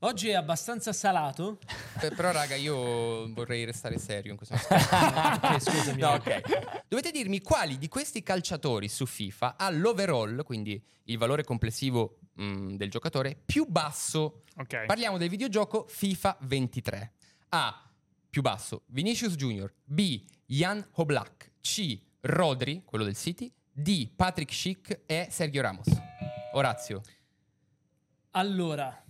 Speaker 8: Oggi è abbastanza salato.
Speaker 2: Eh, Però, raga, io vorrei restare serio in questo momento.
Speaker 8: Ok, scusami.
Speaker 4: eh.
Speaker 2: No, ok. Dovete dirmi quali di questi calciatori su FIFA ha l'overall, quindi il valore complessivo mh, del giocatore, più basso
Speaker 3: Ok.
Speaker 2: Parliamo del videogioco FIFA 23. A. Più basso, Vinicius Junior. B. Jan Oblak. C. Rodri, quello del City. D. Patrick Schick e Sergio Ramos. Orazio.
Speaker 8: Allora,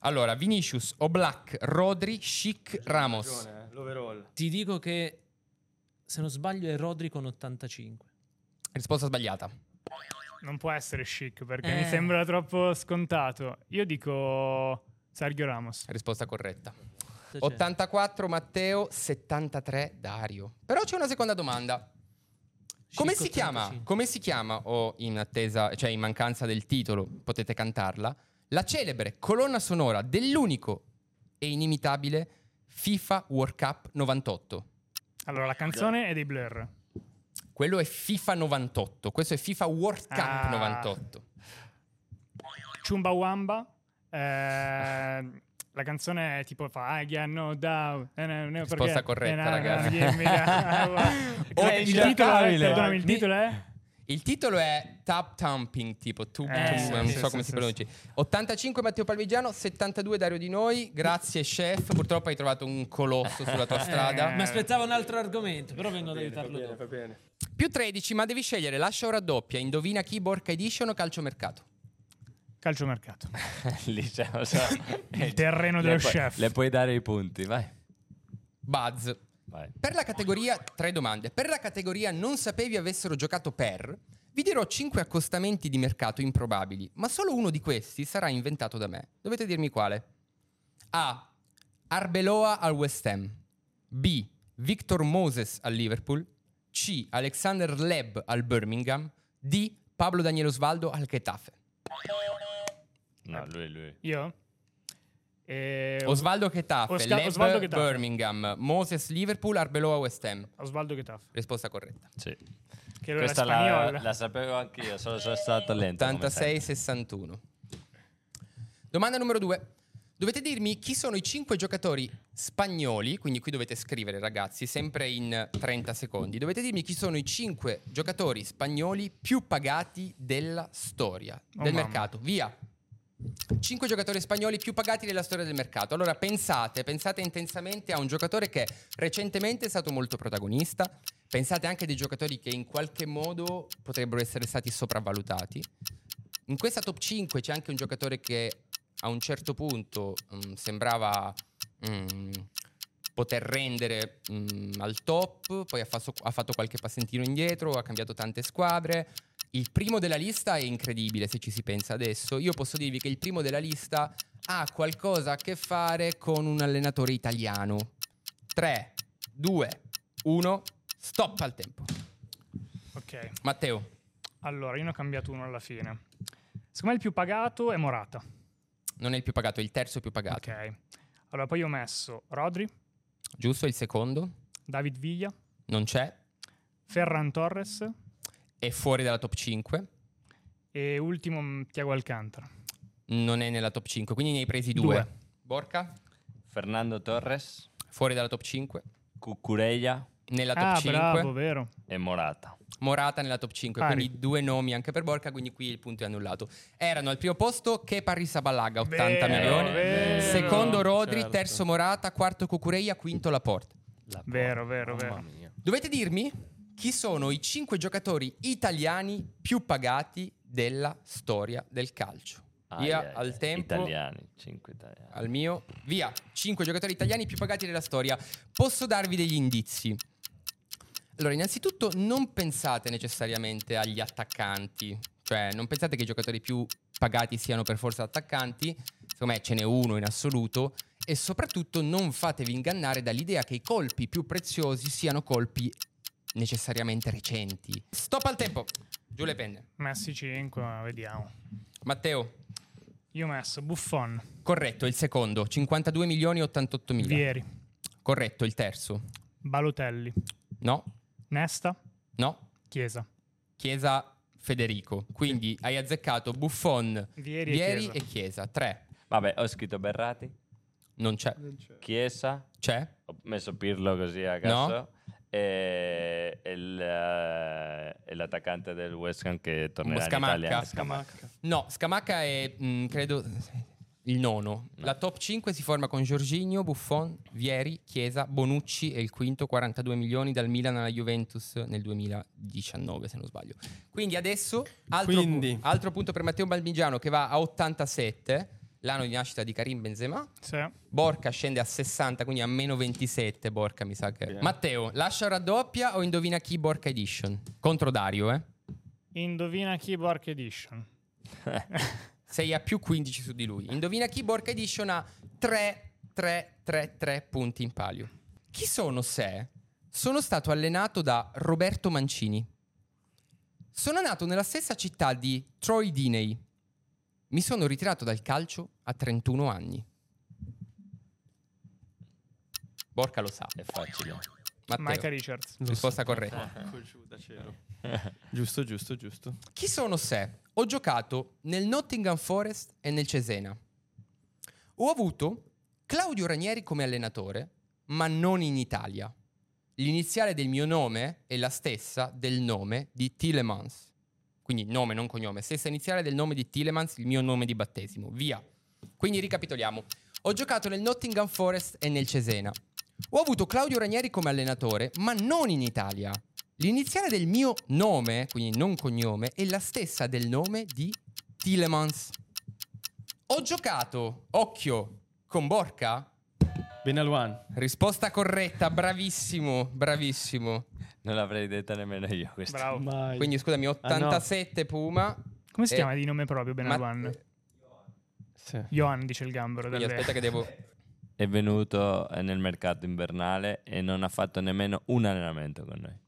Speaker 2: Allora, Vinicius, Oblak, Rodri, Schick, Ramos.
Speaker 4: Ragione, eh, L'overall.
Speaker 8: ti dico che se non sbaglio è Rodri con 85.
Speaker 2: Risposta sbagliata.
Speaker 3: Non può essere chic perché
Speaker 2: Eh.
Speaker 3: mi sembra troppo scontato. Io dico Sergio Ramos.
Speaker 2: Risposta corretta.
Speaker 8: Cosa c'è?
Speaker 2: 84 Matteo, 73 Dario. Però c'è una seconda domanda. Come
Speaker 8: Schick
Speaker 2: si chiama?
Speaker 8: 85.
Speaker 2: Come si chiama o in attesa, cioè in mancanza del titolo, potete cantarla, la celebre colonna sonora dell'unico e inimitabile FIFA World Cup 98.
Speaker 3: Allora, la canzone è dei Blur.
Speaker 2: Quello è FIFA 98, questo è FIFA World Cup
Speaker 3: Ah.
Speaker 2: 98.
Speaker 3: Chumbawamba. eh, la canzone è tipo fa I get no doubt. eh, no, no,
Speaker 2: Risposta
Speaker 3: perché-
Speaker 2: corretta,
Speaker 3: eh, no,
Speaker 2: ragazzi.
Speaker 3: no, dimmi, no.
Speaker 2: Oh,
Speaker 3: Eh, il,
Speaker 2: già
Speaker 3: titolo è,
Speaker 2: capile.
Speaker 3: perdonami, il
Speaker 2: Mi-
Speaker 3: titolo è?
Speaker 2: Il titolo è Tap Thumping, tipo tu,
Speaker 3: Eh,
Speaker 2: tu-
Speaker 3: sì,
Speaker 2: non
Speaker 3: sì,
Speaker 2: so
Speaker 3: sì,
Speaker 2: come
Speaker 3: sì,
Speaker 2: si pronunci. 85 Matteo Palmigiano, 72 Dario Di Noi. Grazie chef, purtroppo hai trovato un colosso sulla tua strada.
Speaker 3: Eh.
Speaker 8: Mi aspettavo un altro argomento, però vengo ad aiutarlo dopo.
Speaker 2: Più 13, ma devi scegliere lascia o raddoppia, indovina chi Borca Edition o calciomercato.
Speaker 3: Calciomercato.
Speaker 5: Lì c'è, lo so.
Speaker 3: Il terreno
Speaker 5: Le
Speaker 3: dello
Speaker 5: puoi-
Speaker 3: chef.
Speaker 5: Le puoi dare i punti, vai.
Speaker 2: Buzz.
Speaker 5: vai.
Speaker 2: Per la categoria tre domande. Per la categoria non sapevi avessero giocato per, vi dirò 5 accostamenti di mercato improbabili, ma solo uno di questi sarà inventato da me. Dovete dirmi quale. A. Arbeloa al West Ham. B. Victor Moses al Liverpool. C. Alexander Leb al Birmingham. D. Pablo Daniel Osvaldo al Getafe.
Speaker 5: No, lui, lui.
Speaker 3: Io? Eh,
Speaker 2: Osvaldo Getafe,
Speaker 3: Osca-
Speaker 2: Leb
Speaker 3: Osvaldo Getafe.
Speaker 2: Birmingham, Moses Liverpool, Arbeloa West Ham.
Speaker 3: Osvaldo Getafe.
Speaker 2: Risposta corretta.
Speaker 5: Sì.
Speaker 3: Che era
Speaker 5: Questa
Speaker 3: spagnola.
Speaker 5: la, la sapevo anch'io, sono, sono stato lento. come
Speaker 2: 86-61. Domanda numero 2. Dovete dirmi chi sono i 5 giocatori spagnoli, quindi qui dovete scrivere ragazzi, sempre in 30 secondi. Dovete dirmi chi sono i 5 giocatori spagnoli più pagati della storia,
Speaker 3: Oh,
Speaker 2: del
Speaker 3: mamma.
Speaker 2: mercato. Via. 5 giocatori spagnoli più pagati della storia del mercato. Allora pensate, pensate intensamente a un giocatore che recentemente è stato molto protagonista. Pensate anche dei giocatori che in qualche modo potrebbero essere stati sopravvalutati. In questa top 5 c'è anche un giocatore che a un certo punto mm, sembrava mm, poter rendere mm, al top, poi ha, faso- ha fatto qualche passentino indietro, ha cambiato tante squadre. Il primo della lista è incredibile se ci si pensa adesso. Io posso dirvi che il primo della lista ha qualcosa a che fare con un allenatore italiano. 3, 2, 1, stop al tempo.
Speaker 3: Ok,
Speaker 2: Matteo,
Speaker 3: allora io ne ho cambiato uno alla fine. Secondo me il più pagato è Morata.
Speaker 2: Esatto. non è il più pagato, è il terzo più pagato.
Speaker 3: Ok. Allora poi ho messo Rodri,
Speaker 2: Giusto il secondo?
Speaker 3: David Villa,
Speaker 2: Non c'è.
Speaker 3: Ferran Torres
Speaker 2: È fuori dalla top 5.
Speaker 3: e ultimo mh, Thiago Alcantara.
Speaker 2: Non è nella top 5, quindi ne hai presi due.
Speaker 3: Due.
Speaker 2: Borca,
Speaker 5: Fernando Torres,
Speaker 2: fuori dalla top 5.
Speaker 5: Cucurella
Speaker 2: Nella top
Speaker 3: Ah,
Speaker 2: 5.
Speaker 3: bravo, vero.
Speaker 5: e Morata.
Speaker 2: Morata nella top 5,
Speaker 3: Pari.
Speaker 2: quindi due nomi anche per Borca, quindi qui il punto è annullato. Erano al primo posto che Parisa Balaga, 80
Speaker 3: Vero,
Speaker 2: milioni.
Speaker 3: vero.
Speaker 2: Secondo Rodri,
Speaker 4: Certo.
Speaker 2: terzo Morata, quarto Cucureia, quinto Laporte.
Speaker 4: La
Speaker 3: Vero,
Speaker 4: porca,
Speaker 3: vero, vero.
Speaker 4: Mamma mia.
Speaker 2: Dovete dirmi chi sono i 5 giocatori italiani più pagati della storia del calcio.
Speaker 5: Ah,
Speaker 2: Via
Speaker 5: yeah,
Speaker 2: al
Speaker 5: yeah.
Speaker 2: tempo.
Speaker 5: Italiani, 5 italiani.
Speaker 2: al mio. Via, 5 giocatori italiani più pagati della storia. Posso darvi degli indizi? Allora, innanzitutto non pensate necessariamente agli attaccanti, cioè non pensate che i giocatori più pagati siano per forza attaccanti, secondo me ce n'è uno in assoluto e soprattutto non fatevi ingannare dall'idea che i colpi più preziosi siano colpi necessariamente recenti. Stop al tempo. Giù le penne.
Speaker 3: Messi 5, vediamo.
Speaker 2: Matteo,
Speaker 3: Io ho messo Buffon,
Speaker 2: corretto, il secondo, 52 milioni e 88 mila.
Speaker 3: Vieri,
Speaker 2: Corretto, il terzo.
Speaker 3: Balotelli,
Speaker 2: No,
Speaker 3: Nesta,
Speaker 2: no.
Speaker 3: Chiesa.
Speaker 2: Chiesa Federico. Quindi hai azzeccato Buffon,
Speaker 3: Vieri e Chiesa.
Speaker 2: e Chiesa. Tre.
Speaker 5: Vabbè, ho scritto Berrati,
Speaker 2: Non c'è.
Speaker 5: Chiesa,
Speaker 2: C'è?
Speaker 5: ho messo Pirlo così a caso. E e il, eh, e l'attaccante del West Ham che tornerà
Speaker 2: Scamacca.
Speaker 5: in Italia
Speaker 4: Scamacca.
Speaker 2: No, Scamacca è, mh, credo, il nono. La top 5 si forma con Giorginio, Buffon, Vieri, Chiesa, Bonucci e il quinto, 42 milioni dal Milan alla Juventus nel 2019, se non sbaglio. Quindi adesso, altro, pu-
Speaker 4: Quindi.
Speaker 2: altro punto per Matteo Balmigiano che va a 87, l'anno di nascita di Karim Benzema.
Speaker 3: Sì.
Speaker 2: Borca scende a 60, quindi a meno 27. Borca, mi sa che.
Speaker 4: Bene.
Speaker 2: Matteo, lascia o raddoppia o indovina chi Borca Edition? Contro Dario, eh?
Speaker 3: Indovina chi Bork Edition.
Speaker 2: Sei a più 15 su di lui. Indovina chi Borca Edition ha 3, 3, 3, 3 punti in palio. Chi sono se? Sono stato allenato da Roberto Mancini. Sono nato nella stessa città di Troy Diney. Mi sono ritirato dal calcio a 31 anni. Borca lo sa.
Speaker 5: È facile.
Speaker 2: Matteo.
Speaker 3: Mike Richards.
Speaker 2: Risposta corretta.
Speaker 4: Giusto, giusto, giusto.
Speaker 2: Chi sono sé? Ho giocato nel Nottingham Forest e nel Cesena. Ho avuto Claudio Ranieri come allenatore, ma non in Italia. L'iniziale del mio nome è la stessa del nome di Tillemans. Quindi nome, non cognome. Stessa iniziale del nome di Tillemans, il mio nome di battesimo. Via. Quindi ricapitoliamo. Ho giocato nel Nottingham Forest e nel Cesena. Ho avuto Claudio Ranieri come allenatore, ma non in Italia. L'iniziale del mio nome, quindi non cognome, è la stessa del nome di Tillemans. Ho giocato, occhio, con Borca?
Speaker 4: Benaluan.
Speaker 2: Risposta corretta, bravissimo, bravissimo.
Speaker 5: Non l'avrei detta nemmeno io questa.
Speaker 3: Bravo.
Speaker 4: Mai.
Speaker 2: Quindi scusami,
Speaker 4: Ah, no.
Speaker 2: 87 Puma.
Speaker 3: Come si
Speaker 2: Eh,
Speaker 3: chiama di nome proprio Benaluan?
Speaker 2: Ma-
Speaker 4: Sì.
Speaker 3: Johan dice il gambero.
Speaker 2: Quindi
Speaker 3: delle-
Speaker 2: aspetta che devo...
Speaker 5: È venuto eh, nel mercato invernale e non ha fatto nemmeno un allenamento con noi.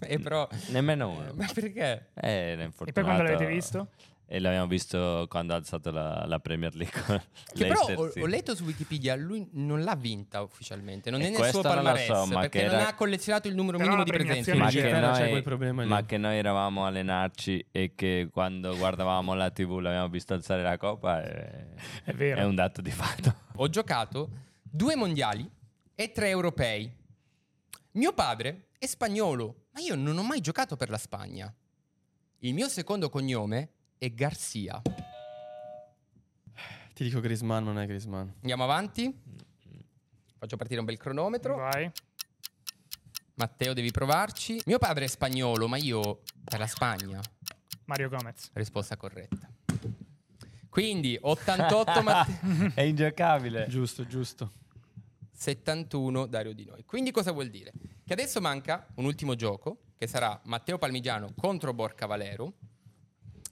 Speaker 2: e Eh, però...
Speaker 5: Nemmeno uno.
Speaker 2: Ma perché?
Speaker 5: Eh, era
Speaker 3: E
Speaker 5: infortunato.
Speaker 3: poi quando l'avete visto?
Speaker 5: E l'abbiamo visto quando ha alzato la, la Premier League. con
Speaker 2: Che però
Speaker 5: Leicester
Speaker 2: ho,
Speaker 5: City.
Speaker 2: ho letto su Wikipedia, lui non l'ha vinta ufficialmente, non
Speaker 5: E
Speaker 2: è nel
Speaker 5: questo
Speaker 2: suo
Speaker 5: non lo
Speaker 2: palmarès,
Speaker 5: so, ma
Speaker 2: perché
Speaker 5: che
Speaker 2: non
Speaker 5: era-
Speaker 2: ha collezionato il numero
Speaker 3: Però
Speaker 2: minimo
Speaker 3: la
Speaker 2: di presenze.
Speaker 3: premiazione
Speaker 5: ma
Speaker 3: in
Speaker 5: che,
Speaker 4: Inghilterra c'è quel
Speaker 5: noi,
Speaker 4: problema lì.
Speaker 5: ma che noi eravamo a allenarci e che quando guardavamo la tv l'abbiamo visto alzare la coppa eh,
Speaker 3: È vero.
Speaker 5: è un dato di fatto
Speaker 2: Ho giocato due mondiali e tre europei. Mio padre è spagnolo, ma io non ho mai giocato per la Spagna. Il mio secondo cognome è Garcia.
Speaker 4: Ti dico Grisman, non è Grisman.
Speaker 2: Andiamo avanti. Faccio partire un bel cronometro.
Speaker 3: Vai.
Speaker 2: Matteo, devi provarci. Mio padre è spagnolo, ma io per la Spagna.
Speaker 3: Mario Gomez.
Speaker 2: Risposta corretta. Quindi 88 Matteo.
Speaker 5: è ingiocabile
Speaker 4: Giusto, giusto.
Speaker 2: 71 Dario di noi. Quindi cosa vuol dire? Che adesso manca un ultimo gioco che sarà Matteo Palmigiano contro Borca Valero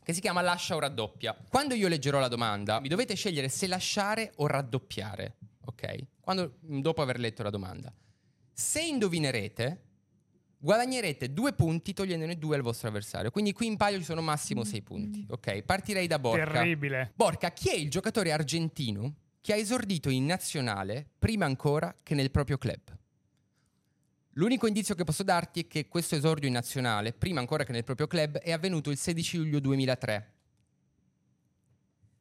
Speaker 2: che si chiama Lascia o raddoppia. Quando io leggerò la domanda, mi dovete scegliere se lasciare o raddoppiare, ok? Quando- dopo aver letto la domanda. Se indovinerete, guadagnerete due punti togliendone due al vostro avversario. Quindi qui in palio ci sono massimo sei punti, ok? Partirei da Borca.
Speaker 3: Terribile.
Speaker 2: Borca, chi è il giocatore argentino che ha esordito in nazionale prima ancora che nel proprio club? L'unico indizio che posso darti è che questo esordio in nazionale, prima ancora che nel proprio club, è avvenuto il 16 luglio 2003.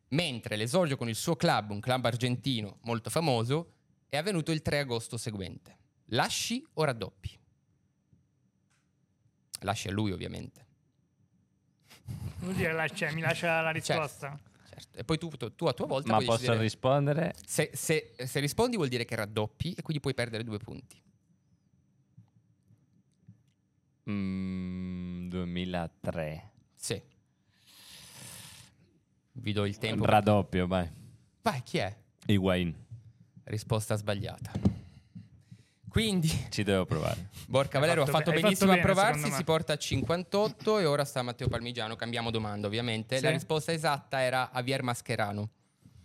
Speaker 2: Mentre l'esordio con il suo club, un club argentino molto famoso, è avvenuto il 3 agosto seguente. Lasci o raddoppi? Lasci a lui, ovviamente.
Speaker 3: Vuol dire, la- cioè, mi lascia la risposta.
Speaker 2: Certo. E poi tu, tu a tua volta
Speaker 5: ma
Speaker 2: puoi
Speaker 5: posso
Speaker 2: decidere-
Speaker 5: rispondere
Speaker 2: Se, se- se rispondi vuol dire che raddoppi e quindi puoi perdere due punti.
Speaker 5: Mm, 2003
Speaker 2: Sì. Vi do il tempo.
Speaker 5: raddoppio vai
Speaker 2: Vai, chi è?
Speaker 5: Higuain
Speaker 2: Risposta sbagliata. Quindi
Speaker 5: ci devo provare
Speaker 2: Borca
Speaker 3: Hai
Speaker 2: Valero ha
Speaker 3: fatto
Speaker 2: fatto
Speaker 3: be- hai
Speaker 2: benissimo
Speaker 3: fatto
Speaker 2: a
Speaker 3: bene,
Speaker 2: provarsi,
Speaker 3: secondo me.
Speaker 2: si porta a 58 e ora sta Matteo Palmigiano. Cambiamo domanda ovviamente.
Speaker 3: Sì.
Speaker 2: La risposta esatta era Javier Mascherano.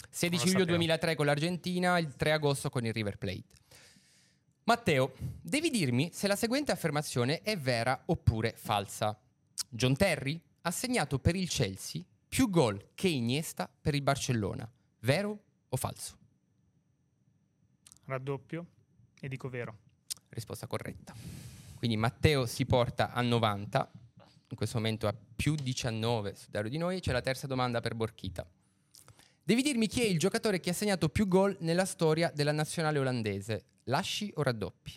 Speaker 2: 16
Speaker 6: Non lo
Speaker 2: luglio
Speaker 6: sapevo.
Speaker 2: 2003 con l'Argentina, il 3 agosto con il River Plate. Matteo, devi dirmi se la seguente affermazione è vera oppure falsa. John Terry ha segnato per il Chelsea più gol che Iniesta per il Barcellona. Vero o falso?
Speaker 3: Raddoppio. E dico vero.
Speaker 2: Risposta corretta. Quindi Matteo si porta a 90, in questo momento a più 19 su Dario di Noi. C'è la terza domanda per Borchita. Devi dirmi chi è il giocatore che ha segnato più gol nella storia della nazionale olandese. Lasci o raddoppi?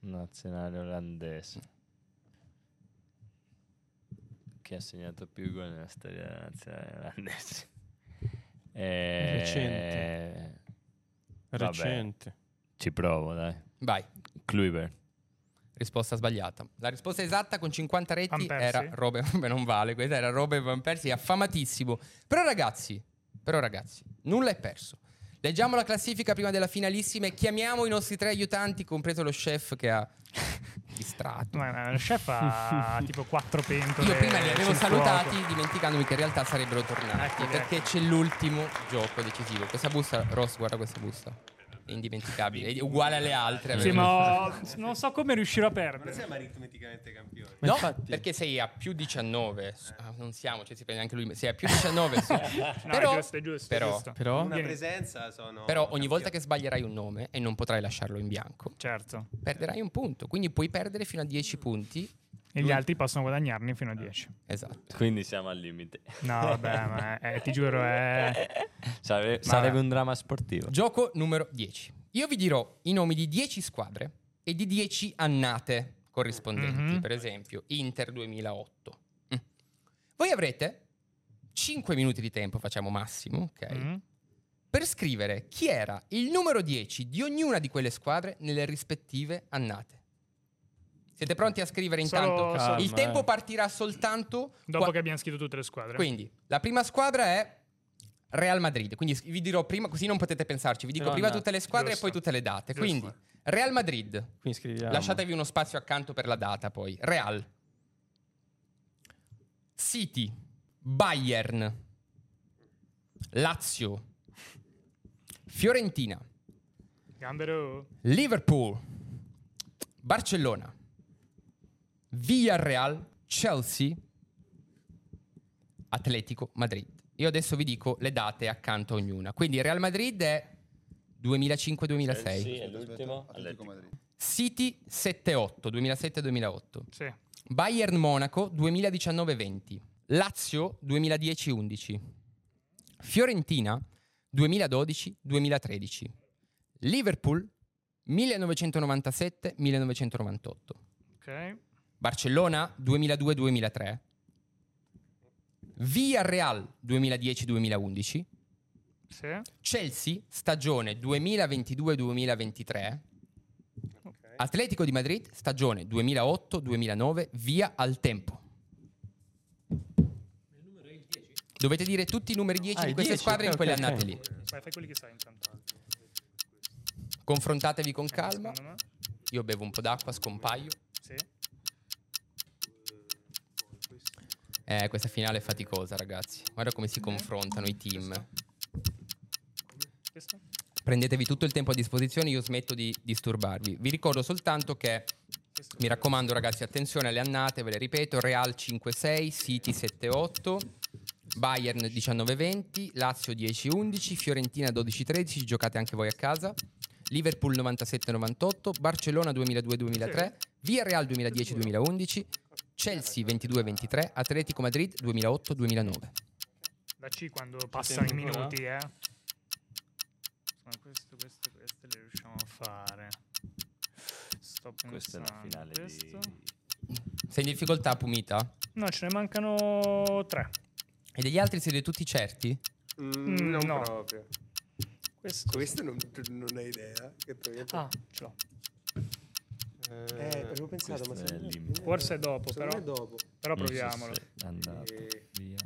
Speaker 5: nazionale olandese che ha segnato più gol nella storia della nazionale olandese Eh,
Speaker 4: Recente.
Speaker 5: vabbè,
Speaker 4: Recente.
Speaker 5: Eh, ci provo dai
Speaker 2: Vai,
Speaker 5: Kluivert
Speaker 2: risposta sbagliata. La risposta esatta con 50
Speaker 3: Van
Speaker 2: reti
Speaker 3: Persie?
Speaker 2: era Robert, beh, non vale, questa era Robert Van Persie, affamatissimo. Però ragazzi, però ragazzi, nulla è perso. Leggiamo la classifica prima della finalissima e chiamiamo i nostri tre aiutanti, compreso lo chef che ha distratto.
Speaker 3: Ma ma lo chef ha tipo quattro pentole.
Speaker 2: Io prima li avevo
Speaker 3: sul
Speaker 2: salutati
Speaker 3: fuoco.
Speaker 2: dimenticandomi che in realtà sarebbero tornati
Speaker 3: Ecco,
Speaker 2: perché c'è l'ultimo gioco decisivo. Questa busta, Ross, guarda questa busta. è indimenticabile, è uguale alle altre.
Speaker 3: Sì, ma ho- non so come riuscirò a perdere.
Speaker 6: siamo aritmeticamente campioni.
Speaker 4: Ma
Speaker 2: No,
Speaker 4: infatti-
Speaker 2: perché sei a più 19. su- ah, non siamo, cioè si prende anche lui. ma Sei a più 19. su- Cioè, però,
Speaker 3: è giusto, è giusto, è
Speaker 2: però-
Speaker 3: giusto.
Speaker 4: Però
Speaker 3: Vieni.
Speaker 6: presenza sono.
Speaker 2: però ogni volta che sbaglierai un nome e non potrai lasciarlo in bianco,
Speaker 3: Certo.
Speaker 2: perderai un punto. Quindi puoi perdere fino a 10 punti.
Speaker 3: E gli altri possono guadagnarne fino a 10.
Speaker 2: Esatto.
Speaker 5: Quindi siamo al limite.
Speaker 3: No, Ah, vabbè, ma è- ti giuro, è-
Speaker 5: Sare-
Speaker 3: Ma-
Speaker 5: sarebbe un dramma sportivo.
Speaker 2: Gioco numero 10. Io vi dirò i nomi di 10 squadre e di 10 annate corrispondenti,
Speaker 3: Mhm.
Speaker 2: per esempio Inter 2008. Mm. Voi avrete 5 minuti di tempo, facciamo massimo, ok?
Speaker 3: Mm?
Speaker 2: per scrivere chi era il numero 10 di ognuna di quelle squadre nelle rispettive annate. Siete pronti a scrivere
Speaker 3: Solo-
Speaker 2: intanto?
Speaker 3: solo-
Speaker 2: il
Speaker 4: Calma,
Speaker 2: tempo
Speaker 4: eh.
Speaker 2: partirà soltanto
Speaker 3: Dopo
Speaker 2: qua-
Speaker 3: che abbiamo scritto tutte le squadre.
Speaker 2: Quindi, la prima squadra è Real Madrid, quindi vi dirò prima così non potete pensarci, vi dico
Speaker 4: Però
Speaker 2: prima
Speaker 4: no.
Speaker 2: tutte le squadre
Speaker 3: Giusto.
Speaker 2: e poi tutte le date.
Speaker 3: Giusto.
Speaker 2: Quindi, Real Madrid.
Speaker 4: qui scriviamo.
Speaker 2: Lasciatevi uno spazio accanto per la data poi. Real. City. Bayern. Lazio. Fiorentina.
Speaker 3: Gambero.
Speaker 2: Liverpool. Barcellona. Villarreal. Chelsea. Atletico Madrid. Io adesso vi dico le date accanto a ognuna. Quindi Real Madrid è 2005-2006.
Speaker 5: Sì, è l'ultimo.
Speaker 7: Atletico Madrid.
Speaker 2: City 7-8, 2007-2008.
Speaker 3: Sì.
Speaker 2: Bayern Monaco 2019-20, Lazio 2010-11, Fiorentina 2012-2013, Liverpool 1997-1998,
Speaker 3: Ok.
Speaker 2: Barcellona 2002-2003, Villarreal 2010-2011,
Speaker 3: Sì.
Speaker 2: Chelsea stagione 2022-2023. Atletico di Madrid, stagione 2008-2009, via al tempo. Dovete dire tutti i numeri 10
Speaker 4: Ah,
Speaker 2: di
Speaker 4: i
Speaker 2: queste
Speaker 4: 10,
Speaker 2: squadre
Speaker 4: ok,
Speaker 2: in quelle
Speaker 4: ok, ok.
Speaker 2: annate lì.
Speaker 3: Vai, fai quelli che sai intanto. Eh,
Speaker 2: Confrontatevi con calma.
Speaker 3: Secondo me.
Speaker 2: Io bevo un po' d'acqua, scompaio.
Speaker 3: Sì.
Speaker 2: Eh, questa finale è faticosa, ragazzi. Guarda come si confrontano i team.
Speaker 3: Questo?
Speaker 2: Prendetevi tutto il tempo a disposizione, io smetto di disturbarvi. Vi ricordo soltanto che, mi raccomando ragazzi, attenzione alle annate, ve le ripeto, Real 5-6, City 7-8, Bayern 19-20, Lazio 10-11, Fiorentina 12-13, giocate anche voi a casa, Liverpool 97-98, Barcellona 2002-2003, Villarreal 2010-2011, Chelsea 22-23, Atletico Madrid 2008-2009.
Speaker 3: Da C quando passano i
Speaker 4: tempo ancora?
Speaker 3: minuti, eh. Ma questo, questo, queste le riusciamo a fare. Sto
Speaker 5: Questa è
Speaker 3: pensando.
Speaker 5: la finale
Speaker 3: questo.
Speaker 5: di...
Speaker 2: Sei in difficoltà Pumita?
Speaker 3: No, ce ne mancano tre.
Speaker 2: E degli altri siete tutti certi?
Speaker 3: Mm,
Speaker 9: non
Speaker 3: no.
Speaker 9: proprio.
Speaker 3: Questo.
Speaker 9: Questo non, tu non hai idea. Che te- che te-
Speaker 3: Ah, ce l'ho.
Speaker 9: eh, avevo pensato, ma
Speaker 5: questo
Speaker 9: secondo
Speaker 5: è il
Speaker 9: me-
Speaker 5: limite.
Speaker 3: Forse è dopo,
Speaker 9: secondo me
Speaker 3: però.
Speaker 9: è dopo.
Speaker 3: Però
Speaker 5: Non so
Speaker 3: proviamolo.
Speaker 5: se è andato
Speaker 9: Eh,
Speaker 5: via.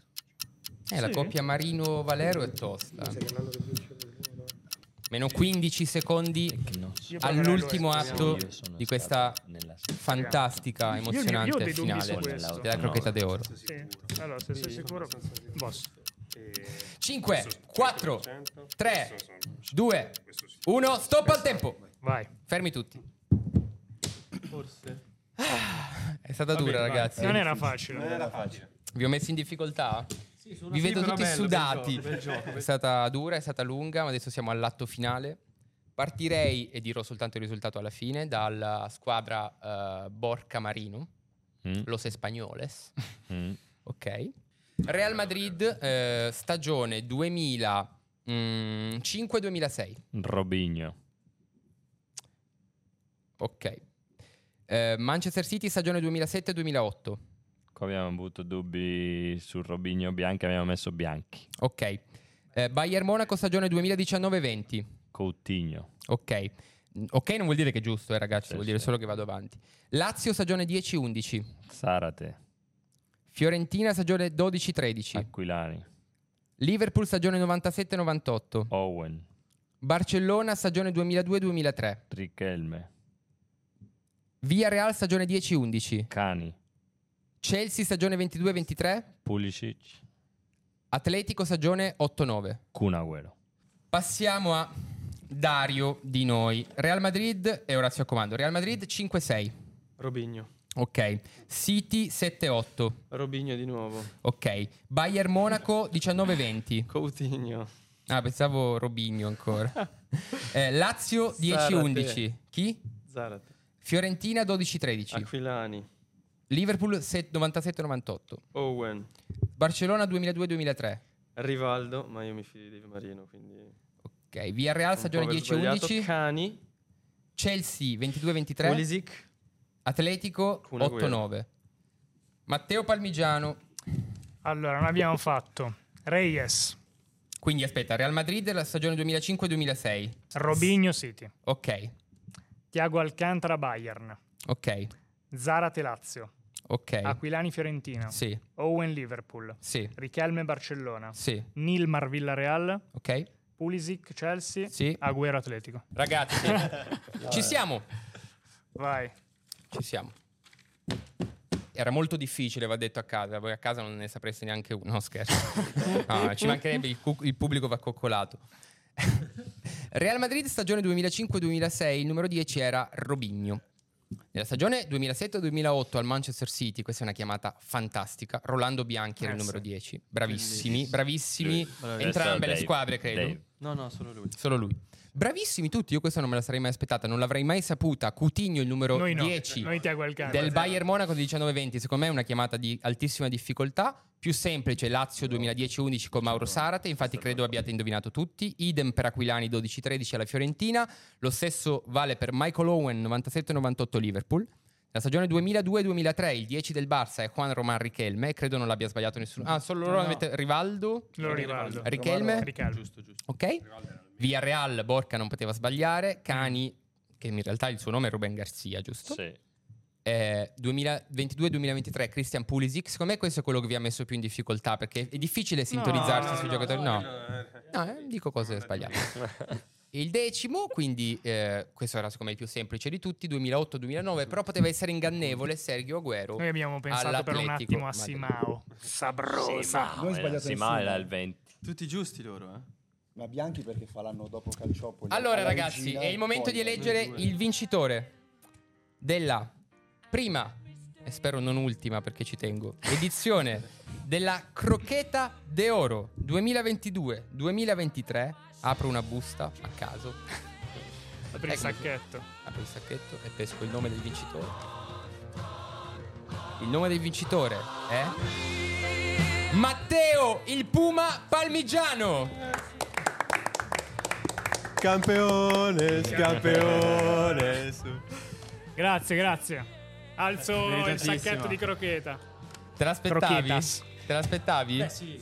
Speaker 2: Eh, la
Speaker 3: Sì.
Speaker 2: coppia Marino-Valero è tosta.
Speaker 9: Mi sa che l'anno che vince per loro.
Speaker 2: Meno 15 secondi
Speaker 5: Che no.
Speaker 3: Io proverei
Speaker 2: all'ultimo
Speaker 3: questo.
Speaker 2: atto
Speaker 5: Io sono
Speaker 2: di questa Mm,
Speaker 5: stato nella-
Speaker 2: fantastica,
Speaker 3: Io- io ho
Speaker 2: emozionante
Speaker 3: dei dubbi su
Speaker 2: finale
Speaker 3: questo.
Speaker 2: della crocheta d'oro.
Speaker 3: Sì. Allora, se sei sicuro, boss.
Speaker 2: 5, 4, 3, 2, 1, stop al tempo.
Speaker 3: Vai.
Speaker 2: Fermi tutti.
Speaker 4: Forse.
Speaker 2: Ah, È stata dura,
Speaker 4: bene, vai.
Speaker 2: ragazzi.
Speaker 3: Non era facile.
Speaker 6: era facile.
Speaker 2: Vi ho messo in difficoltà? Vi vedo
Speaker 4: piccola
Speaker 2: tutti
Speaker 4: bella, bel
Speaker 2: sudati.
Speaker 4: gioco, bel gioco,
Speaker 2: È
Speaker 4: bel-
Speaker 2: stata dura, è stata lunga, ma adesso siamo all'atto finale. Partirei, e dirò soltanto il risultato alla fine, dalla squadra eh, Borca Marino,
Speaker 5: Mm,
Speaker 2: Los Españoles.
Speaker 5: mm.
Speaker 2: Ok. Real Madrid, eh, stagione mm, 2005-2006.
Speaker 5: Robinho.
Speaker 2: Ok. Eh, Manchester City, stagione 2007-2008.
Speaker 5: Qua abbiamo avuto dubbi su Robinho Bianchi, abbiamo messo Bianchi.
Speaker 2: Ok. Eh, Bayern Monaco, stagione 2019-20.
Speaker 5: Coutinho.
Speaker 2: Ok. Mm, Ok non vuol dire che è giusto, eh, ragazzi,
Speaker 5: Sì,
Speaker 2: vuol dire
Speaker 5: sì.
Speaker 2: solo che vado avanti. Lazio, stagione 10-11.
Speaker 5: Sarate.
Speaker 2: Fiorentina, stagione 12-13.
Speaker 5: Eh. Aquilani.
Speaker 2: Liverpool, stagione 97-98.
Speaker 5: Owen.
Speaker 2: Barcellona, stagione 2002-2003.
Speaker 5: Richelme.
Speaker 2: Villarreal, stagione 10-11.
Speaker 5: Cani.
Speaker 2: Chelsea stagione 22-23,
Speaker 5: Pulisic.
Speaker 2: Atletico stagione 8-9.
Speaker 5: Kun Agüero.
Speaker 2: Passiamo a Dario di noi. Real Madrid, e ora si comando. Real Madrid 5-6.
Speaker 4: Robigno.
Speaker 2: Ok. City 7-8.
Speaker 4: Robigno di nuovo.
Speaker 2: Ok. Bayern Monaco 19-20.
Speaker 4: Coutinho.
Speaker 2: Ah, pensavo Robigno ancora. Eh, Lazio 10-11.
Speaker 4: Zarate.
Speaker 2: Chi?
Speaker 4: Zarate.
Speaker 2: Fiorentina
Speaker 4: Ecco.
Speaker 2: 12-13.
Speaker 4: Aquilani.
Speaker 2: Liverpool se- 97-98.
Speaker 4: Owen.
Speaker 2: Barcellona 2002-2003.
Speaker 4: Rivaldo. Ma io mi fido di Di Marino, quindi...
Speaker 2: Ok. Villarreal
Speaker 4: Un po'
Speaker 2: stagione
Speaker 4: aver sbagliato.
Speaker 2: 10-11.
Speaker 4: Cani.
Speaker 2: Chelsea 22-23.
Speaker 4: Pulisic.
Speaker 2: Atletico
Speaker 4: Kun Agüero.
Speaker 2: 8-9. Matteo Palmigiano.
Speaker 3: Allora, noi abbiamo fatto Reyes,
Speaker 2: Quindi aspetta, Real Madrid la stagione 2005-2006.
Speaker 3: Robinho City,
Speaker 2: Ok,
Speaker 3: Tiago Alcantara Bayern,
Speaker 2: ok,
Speaker 3: Zarate Lazio,
Speaker 2: ok.
Speaker 3: Aquilani Fiorentina,
Speaker 2: Sì,
Speaker 3: Owen Liverpool,
Speaker 2: sì,
Speaker 3: Richelme Barcellona,
Speaker 2: sì,
Speaker 3: Nilmar Villarreal,
Speaker 2: ok.
Speaker 3: Pulisic Chelsea,
Speaker 2: Sì.
Speaker 3: Agüero Atletico.
Speaker 2: Ragazzi, ci siamo,
Speaker 3: Vai.
Speaker 2: ci siamo. Era molto difficile, va detto a casa, voi a casa non ne sapreste neanche uno, no scherzo. No, ci mancherebbe, il, cu- il pubblico va coccolato. Real Madrid stagione 2005-2006, il numero 10 era Robigno. Nella stagione 2007-2008 al Manchester City, questa è una chiamata fantastica, Rolando Bianchi era
Speaker 3: Eh
Speaker 2: il numero
Speaker 3: sì.
Speaker 2: 10, bravissimi, bravissimi,
Speaker 4: Allora,
Speaker 2: entrambe le
Speaker 5: Dave,
Speaker 2: squadre credo.
Speaker 5: Dave.
Speaker 4: No, no, solo lui.
Speaker 2: Solo lui. Bravissimi tutti, io questa non me la sarei mai aspettata, non l'avrei mai saputa. Coutinho il numero
Speaker 3: Noi no.
Speaker 2: 10
Speaker 3: Noi Tiago Alcantara.
Speaker 2: del Bayern Monaco di 19-20, secondo me è una chiamata di altissima difficoltà. Più semplice Lazio 2010-11 con Mauro Sarate, infatti credo abbiate indovinato tutti. Idem per Aquilani 12-13 alla Fiorentina, lo stesso vale per Michael Owen 97-98 Liverpool. La stagione 2002-2003 il 10 del Barça è Juan Román Richelme, credo non l'abbia sbagliato nessuno. Ah, solo loro
Speaker 3: No.
Speaker 2: avete Rivaldo,
Speaker 3: Loro Rivaldo.
Speaker 2: Richelme,
Speaker 3: Ricaldo.
Speaker 4: Giusto, giusto.
Speaker 2: Ok? Via Real, Borca non poteva sbagliare, Cani, che in realtà il suo nome è Ruben Garcia, giusto?
Speaker 5: Sì.
Speaker 2: Eh, 2022-2023 Christian Pulisic, secondo me questo è quello che vi ha messo più in difficoltà perché è difficile sintonizzarsi sui giocatori. No, no, eh, dico cose sbagliate. Il decimo, quindi eh, questo era secondo me il più semplice di tutti, 2008-2009, però poteva essere ingannevole Sergio Aguero.
Speaker 3: Noi abbiamo pensato per un
Speaker 2: all'Atletico
Speaker 3: attimo
Speaker 2: Madrid.
Speaker 3: a Simao. Sabrosa.
Speaker 5: Simao Ah, era- Simao era il 20.
Speaker 4: Tutti giusti loro, eh?
Speaker 7: Ma Bianchi perché fa l'anno dopo Calciopoli?
Speaker 2: Allora,
Speaker 7: alla
Speaker 2: ragazzi,
Speaker 7: regina,
Speaker 2: è il momento
Speaker 7: poi-
Speaker 2: di eleggere
Speaker 4: Due.
Speaker 2: il vincitore della prima, e spero non ultima perché ci tengo, edizione della Crocheta d'Oro 2022-2023. Apro una busta a caso,
Speaker 3: Apri il
Speaker 2: Eccomi.
Speaker 3: sacchetto.
Speaker 2: apro il sacchetto e pesco il nome del vincitore. Il nome del vincitore è Matteo il Puma Palmigiano.
Speaker 6: Campeones, campeones.
Speaker 3: Grazie, grazie. Alzo il
Speaker 4: Meritatissimo.
Speaker 3: sacchetto di crocheta.
Speaker 2: Te l'aspettavi?
Speaker 3: Croquetas.
Speaker 2: Te l'aspettavi?
Speaker 8: Beh, sì.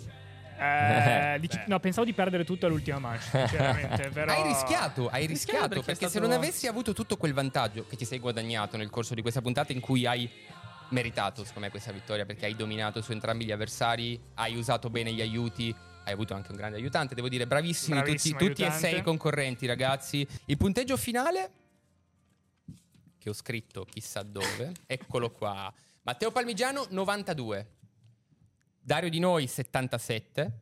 Speaker 3: Eh, dici- no, pensavo di perdere tutto all'ultima match, sinceramente. però-
Speaker 2: Hai rischiato, hai
Speaker 4: Hai rischiato
Speaker 2: rischiato perché,
Speaker 4: perché
Speaker 2: se
Speaker 4: è stato-
Speaker 2: non avessi avuto tutto quel vantaggio che ti sei guadagnato nel corso di questa puntata in cui hai meritato, secondo me, questa vittoria perché hai dominato su entrambi gli avversari, hai usato bene gli aiuti. Hai avuto anche un grande aiutante, devo dire, bravissimi tutti,
Speaker 3: Bravissimo
Speaker 2: tutti e
Speaker 3: aiutante.
Speaker 2: sei i concorrenti, ragazzi. Il punteggio finale, che ho scritto chissà dove, eccolo qua. Matteo Palmigiano 92, Dario Di Noi 77,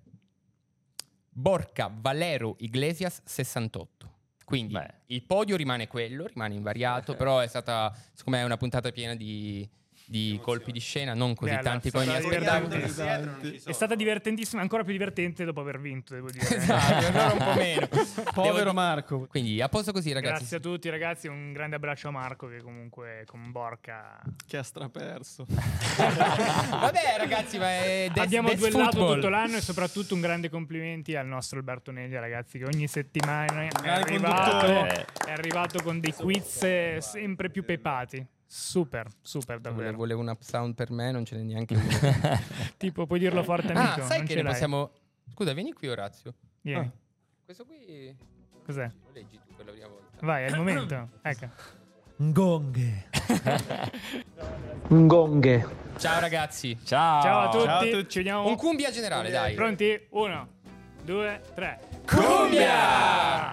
Speaker 2: Borca Valero Iglesias 68. Quindi
Speaker 5: Beh.
Speaker 2: il podio rimane quello, rimane invariato, però è stata, secondo me, una puntata piena di, di colpi di scena, non così
Speaker 3: Beh, allora,
Speaker 2: tanti
Speaker 3: sarà
Speaker 2: come mi aspettavo.
Speaker 3: divertente. È stata divertentissima, ancora più divertente dopo aver vinto, devo dire.
Speaker 2: Esatto, allora un po' meno. Devo
Speaker 4: Povero
Speaker 2: di-
Speaker 4: Marco.
Speaker 2: Quindi a posto così, ragazzi.
Speaker 3: Grazie a tutti, ragazzi. Un grande abbraccio a Marco, che comunque con Borca.
Speaker 4: Che ha straperso.
Speaker 2: Vabbè, ragazzi, ma è that's-
Speaker 3: Abbiamo
Speaker 2: that's
Speaker 3: duellato
Speaker 2: Eh, football.
Speaker 3: tutto l'anno e soprattutto un grande complimenti al nostro Alberto Neglia, ragazzi, che ogni settimana è arrivato,
Speaker 5: conduttore.
Speaker 3: è arrivato con dei quiz sempre più pepati. Super, super
Speaker 2: Vole-
Speaker 3: davvero.
Speaker 2: Volevo un upsound per me, non ce n'è neanche uno.
Speaker 3: Tipo, puoi dirlo forte,
Speaker 2: ah,
Speaker 3: amico.
Speaker 2: sai
Speaker 3: non
Speaker 2: che
Speaker 3: ce
Speaker 2: ne
Speaker 3: l'hai.
Speaker 2: possiamo. Ah. Scusa, vieni qui, Orazio.
Speaker 3: Vieni.
Speaker 2: Questo qui
Speaker 3: Cos'è?
Speaker 2: lo leggi tu per la prima volta.
Speaker 3: Vai, è il momento. Ecco.
Speaker 8: Ngonghe. Ngonghe.
Speaker 2: Ciao, ragazzi.
Speaker 5: Ciao.
Speaker 3: Ciao a tutti.
Speaker 6: Ciao a tutti.
Speaker 3: Ci vediamo.
Speaker 2: Un cumbia generale, dai.
Speaker 3: Pronti? Uno, due, tre.
Speaker 2: Cumbia!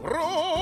Speaker 2: Ro-